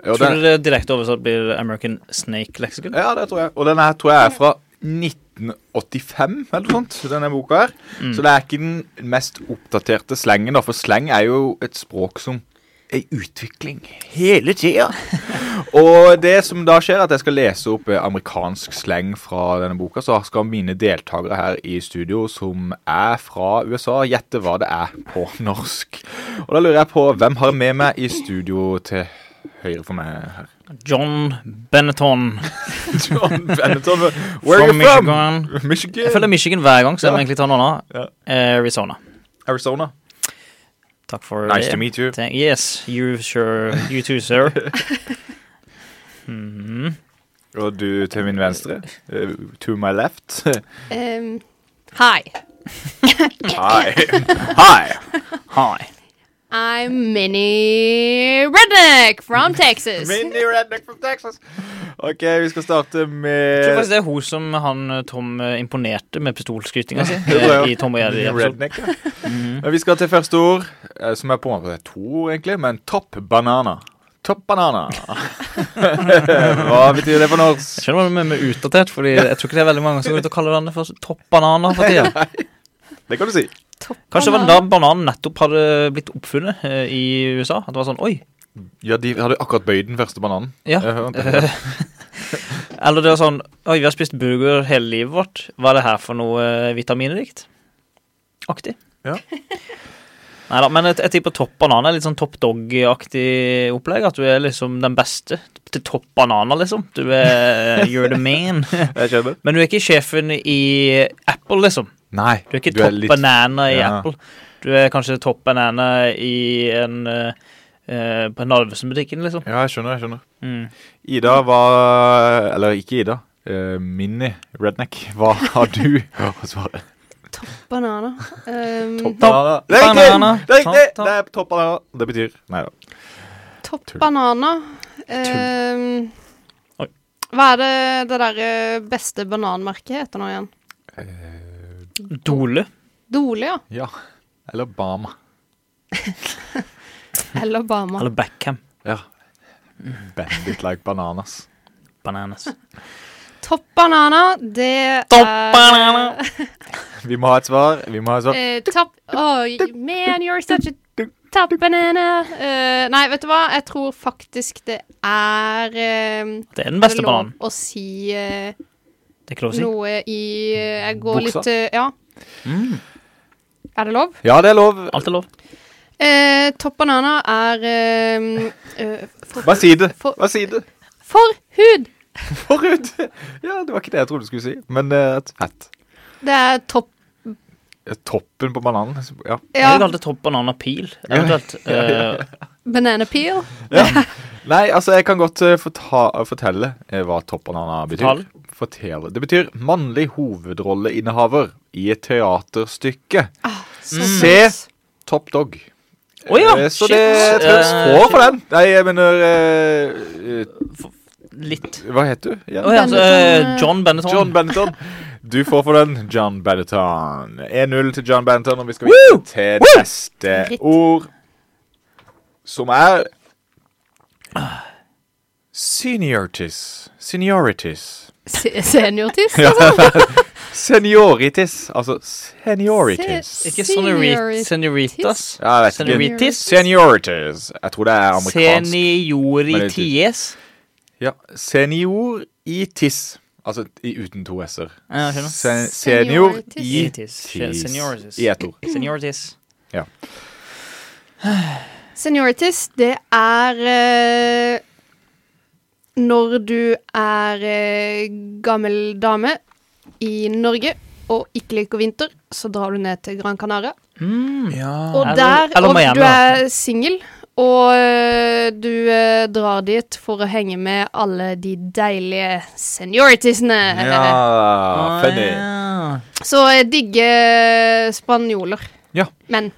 Og
Tror
den,
du det direkte oversatt blir American Snake Lexicon?
ja, det tror jeg. Og denne her tror jeg er fra 1985, eller noe sånt. denne boka her. Så det er ikke den mest oppdaterte slengen, da, for sleng er jo et språk som er i utvikling hele tida. Og det som da skjer, er at jeg skal lese opp eh, amerikansk sleng fra denne boka. Så skal mine deltakere her i studio som er fra USA, gjette hva det er på norsk. Og da lurer jeg på hvem har jeg med meg i studio til høyre for meg her?
John Benetton
John Benetton. Where
fra
are you from?
Michigan. Jeg
Michigan.
følger Michigan hver gang, så jeg må
Ja.
egentlig ta noen av.
Ja.
Arizona.
Arizona.
Takk for
Nice
det.
to meet you.
Thank- Yes, you sure You too, sir. Mhm.
Og du til min venstre. eh, To my left.
Ehm, hi.
Hi. Hi.
Hi.
I'm Minnie Redneck from Texas.
Mindy Redneck from Texas. OK, vi skal starte med
Jeg tror faktisk det er hun som han eh, Tom eh, imponerte med pistolskytinga si.
tror jeg
eh,
også.
I Tom og Jerry. Mhm.
Redneck, ja. Men vi skal til første ord, eh, som er på en måte to, egentlig, men topp banana. Topp banana. Hva betyr det på norsk?
Skjønner du hva du mener med utdatert? Fordi jeg tror ikke det er veldig mange som går ut og kaller hverandre for toppbananer for tida.
Det kan du si.
Kanskje det var da bananen nettopp hadde blitt oppfunnet eh, i USA. At det var sånn Oi.
Ja, de hadde akkurat bøyd den første bananen.
Ja.
Jeg hører det.
Eh, Eller det var sånn Oi, vi har spist burger hele livet vårt. Hva er det her for noe eh, vitaminrikt? Aktig.
Ja.
Nei da, men jeg, jeg tipper topp banan er litt sånn topp dog-aktig opplegg. At du er liksom den beste til topp banana, liksom. Du er You're the man.
Jeg skjønner.
Men du er ikke sjefen i Apple, liksom.
Nei.
Du er ikke topp banana i
Ja.
Apple. Du er kanskje topp banana i en eh, eh, På Narvesen-butikken, liksom.
Ja, jeg skjønner. jeg skjønner.
Mm.
Ida var Eller ikke Ida. eh, Minnie Redneck. Hva har du å svare?
Bananer. Ehm,
Banana. Det er
banana.
riktig! Det er riktig!
Topp-
Det er topp banana. Det betyr Nei da.
Topp
Tull.
bananer. Ehm,
Oi.
hva er det det der eh, beste bananmerket heter nå igjen?
Dole.
Dole, ja.
Ja. Eller Bama.
Eller Bama.
Eller Backham.
Ja. Bandit like bananas.
Bananas.
Topp bananer, det
Topp
er
bananer.
Vi må ha et svar. Vi må ha et svar.
Eh, topp Oh, man, you're such a top banana. Eh, nei, vet du hva? Jeg tror faktisk det er eh,
Det er den beste
det er
bananen.
lov å si eh,
Det er ikke lov å si.
noe i eh, Jeg går
Buksa?
litt eh, Ja.
Mm.
Er det lov?
Ja, det er lov.
Alt er lov.
Eh, topp bananer er eh, eh, for,
Hva sier det?
For-
Hva sier det?
for hud!
Forut! Ja, det var ikke det jeg trodde du skulle si, men eh, et fett.
Det er topp
Eh, Toppen på bananen. Ja.
Jeg
Ja,
kalte det topp banan og pil, eventuelt. Eh,
banana peel.
Nei, altså, jeg kan godt eh, forta fortelle eh, hva toppbanana betyr.
Fortell.
Fortelle. Det betyr mannlig hovedrolleinnehaver i et teaterstykke.
Ah,
Mm. Se Top Dog.
Å ja,
Eh, Så
shit.
det trengs
Eh,
få for den. Nei, jeg mener eh, eh,
litt.
Hva heter du igjen?
Å ja, så, eh, John
John
Benetton.
Benetton. Du får for den, John Benetton. 1-0 til John Benetton, og vi skal videre til neste
Dritt.
ord, som er Senioritis. Senioritis.
Se- Seniortiss. liksom.
Ja. Senioritis. Altså senioritis.
Ikke seniori-
Senioritis.
senoritas.
Ja, jeg vet ikke.
Senoritis.
Senioritis. Jeg tror det er amerikansk.
Seniorities.
Ja. Senioritis. Altså i- uten to s-er.
Ja, jeg skjønner.
Sen senior i
Senioritis.
tis.
Senioritis.
I ett ord.
Senioritis.
Senioritis, det er eh, når du er eh, gammel dame i Norge og ikke liker vinter, så drar du ned til Gran Canaria. Og
Mm. Eller-
der,
eller
og
Miami,
du er singel, og eh, du eh, drar dit for å henge med alle de deilige senioritisene. eh,
Ja, funny.
Ah,
Så jeg digger eh, spanjoler.
Ja.
Men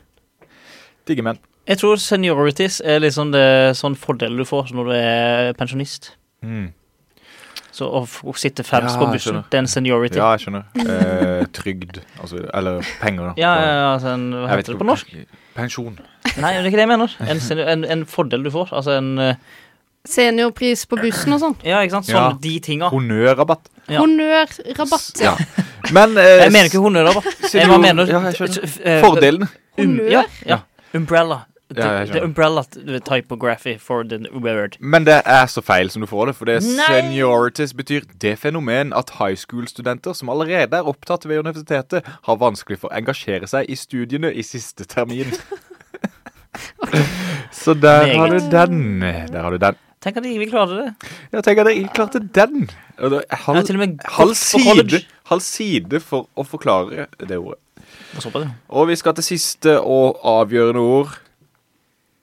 Digge menn.
Jeg tror seniorities er liksom det sånn fordel du får når du er pensjonist.
Mm.
Så å f- å sitte fremst
Ja,
på
jeg
bussen,
skjønner.
det er en seniority.
Ja, jeg skjønner. Eh, trygd, altså Eller penger, da.
Ja, ja, ja, altså en, hva heter det på norsk?
Pensjon.
Nei, det er ikke det jeg mener. En, senior, en, en fordel du får. Altså en eh,
seniorpris på bussen og sånn.
Ja, ikke sant? Sånn
Ja.
de tinga.
Honnørrabatt.
Ja.
Honnørrabatt.
Ja. Men eh,
Jeg mener ikke honnører, da. Jeg bare mener
Ja, jeg skjønner.
s- eh,
Fordelen.
um-
Honnør?
Ja, ja. Umbrella.
Ja, jeg
The, the
skjønner.
umbrella typography for the word.
Men det er så feil som du får det, for det
Nei.
senioritis betyr det fenomen at high school-studenter som allerede er opptatt ved universitetet, har vanskelig for å engasjere seg i studiene i siste termin. Så der
Meget.
har du den. Der har du den.
Tenk at de ikke klarte det.
Jeg tenker at jeg ikke klarte den. Og det er
Jeg
Halv,
har til og med
halv,
gått på college.
side, halv side for å forklare det ordet.
Og såpass, ja.
Og vi skal til siste og avgjørende ord.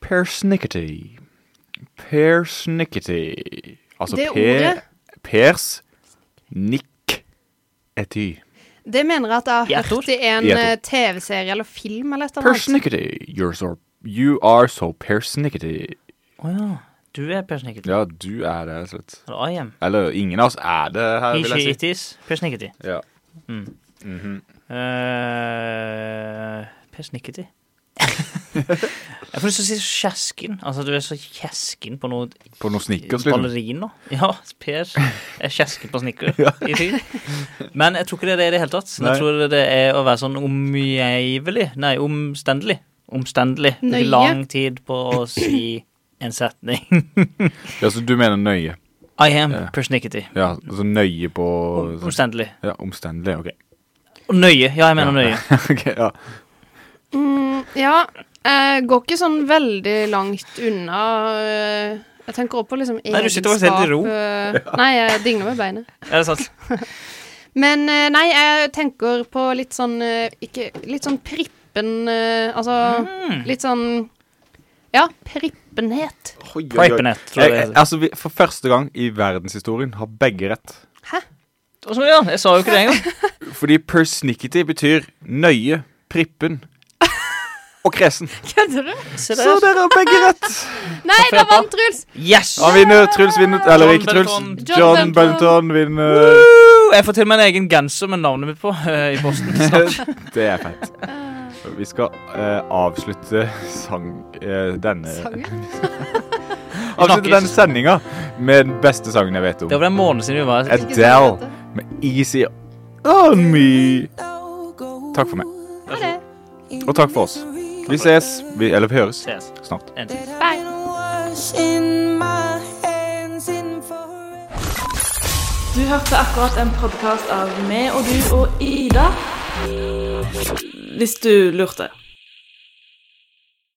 Persnickety. Persnickety. Altså
Det
per,
ordet-
Pers nikk ety.
Det mener jeg at jeg
I
har
ett ord?
hørt i en
I ett
eh,
ord.
TV-serie eller film eller et eller annet.
Persnickety. You're so, you are so persnickety.
Å ja. Du er Per Snickety.
Ja, du er det, rett og slett.
Eller I am.
Eller ingen av oss er det her,
He,
vil
she,
jeg si.
it is. Per Snickety.
Ja.
Eh, per Snickety. jeg får lyst til å si kjesken. Altså, du er så kjesken på noe
På noen snickers, liksom.
ballerina. Ja, Per er kjesken på snikker i tid. Men jeg tror ikke det er det i det hele tatt.
Nei.
Jeg tror det er å være sånn omgjevelig. Nei, omstendelig. Omstendelig. Bruke
Nøye.
lang tid på å si en setning.
Ja, så du mener nøye.
I am
Ja.
persnickety.
Ja, altså nøye på sånn-
Omstendelig.
ja, Omstendelig. OK.
Og nøye. Ja, jeg
Ja.
mener nøye.
Ok, ja.
Mm, Ja, jeg går ikke sånn veldig langt unna. eh, Jeg tenker også på liksom
Nei, du sitter faktisk helt i ro.
egenskap, eh, Nei, jeg dingler med beinet.
Er det sant?
Men eh, nei, jeg tenker på litt sånn eh, ikke, Litt sånn prippen eh, Altså
Mm.
litt sånn Ja, prippenhet.
Pripenett, tror jeg det
Jeg-
heter.
Altså, vi, for første gang i verdenshistorien har begge rett.
Og så, ja, jeg sa jo ikke det engang.
Fordi persnickety betyr nøye, prippen og kresen.
Kødder du?
Se
Så
der.
dere har begge rett.
Nei, da vant Truls!
Yes!
Han vinner, Truls vinner Eller
John
ikke Truls.
Benton.
John
John
Benton vinner.
Woo! Jeg får til og med en egen genser med navnet mitt på eh, i posten.
Det er fett. Vi skal eh, avslutte sang... eh, denne
Sangen?
Avslutte denne sendinga med den beste sangen jeg vet
Det
om.
var en måned siden vi var her.
Adele med Easy On Me. Takk for meg.
Ha det.
Og takk for oss. Vi ses. Vi, eller vi høres
Ses.
snart.
En til.
Bye.
Du hørte akkurat en podkast av meg og du og Ida. Hvis du lurte.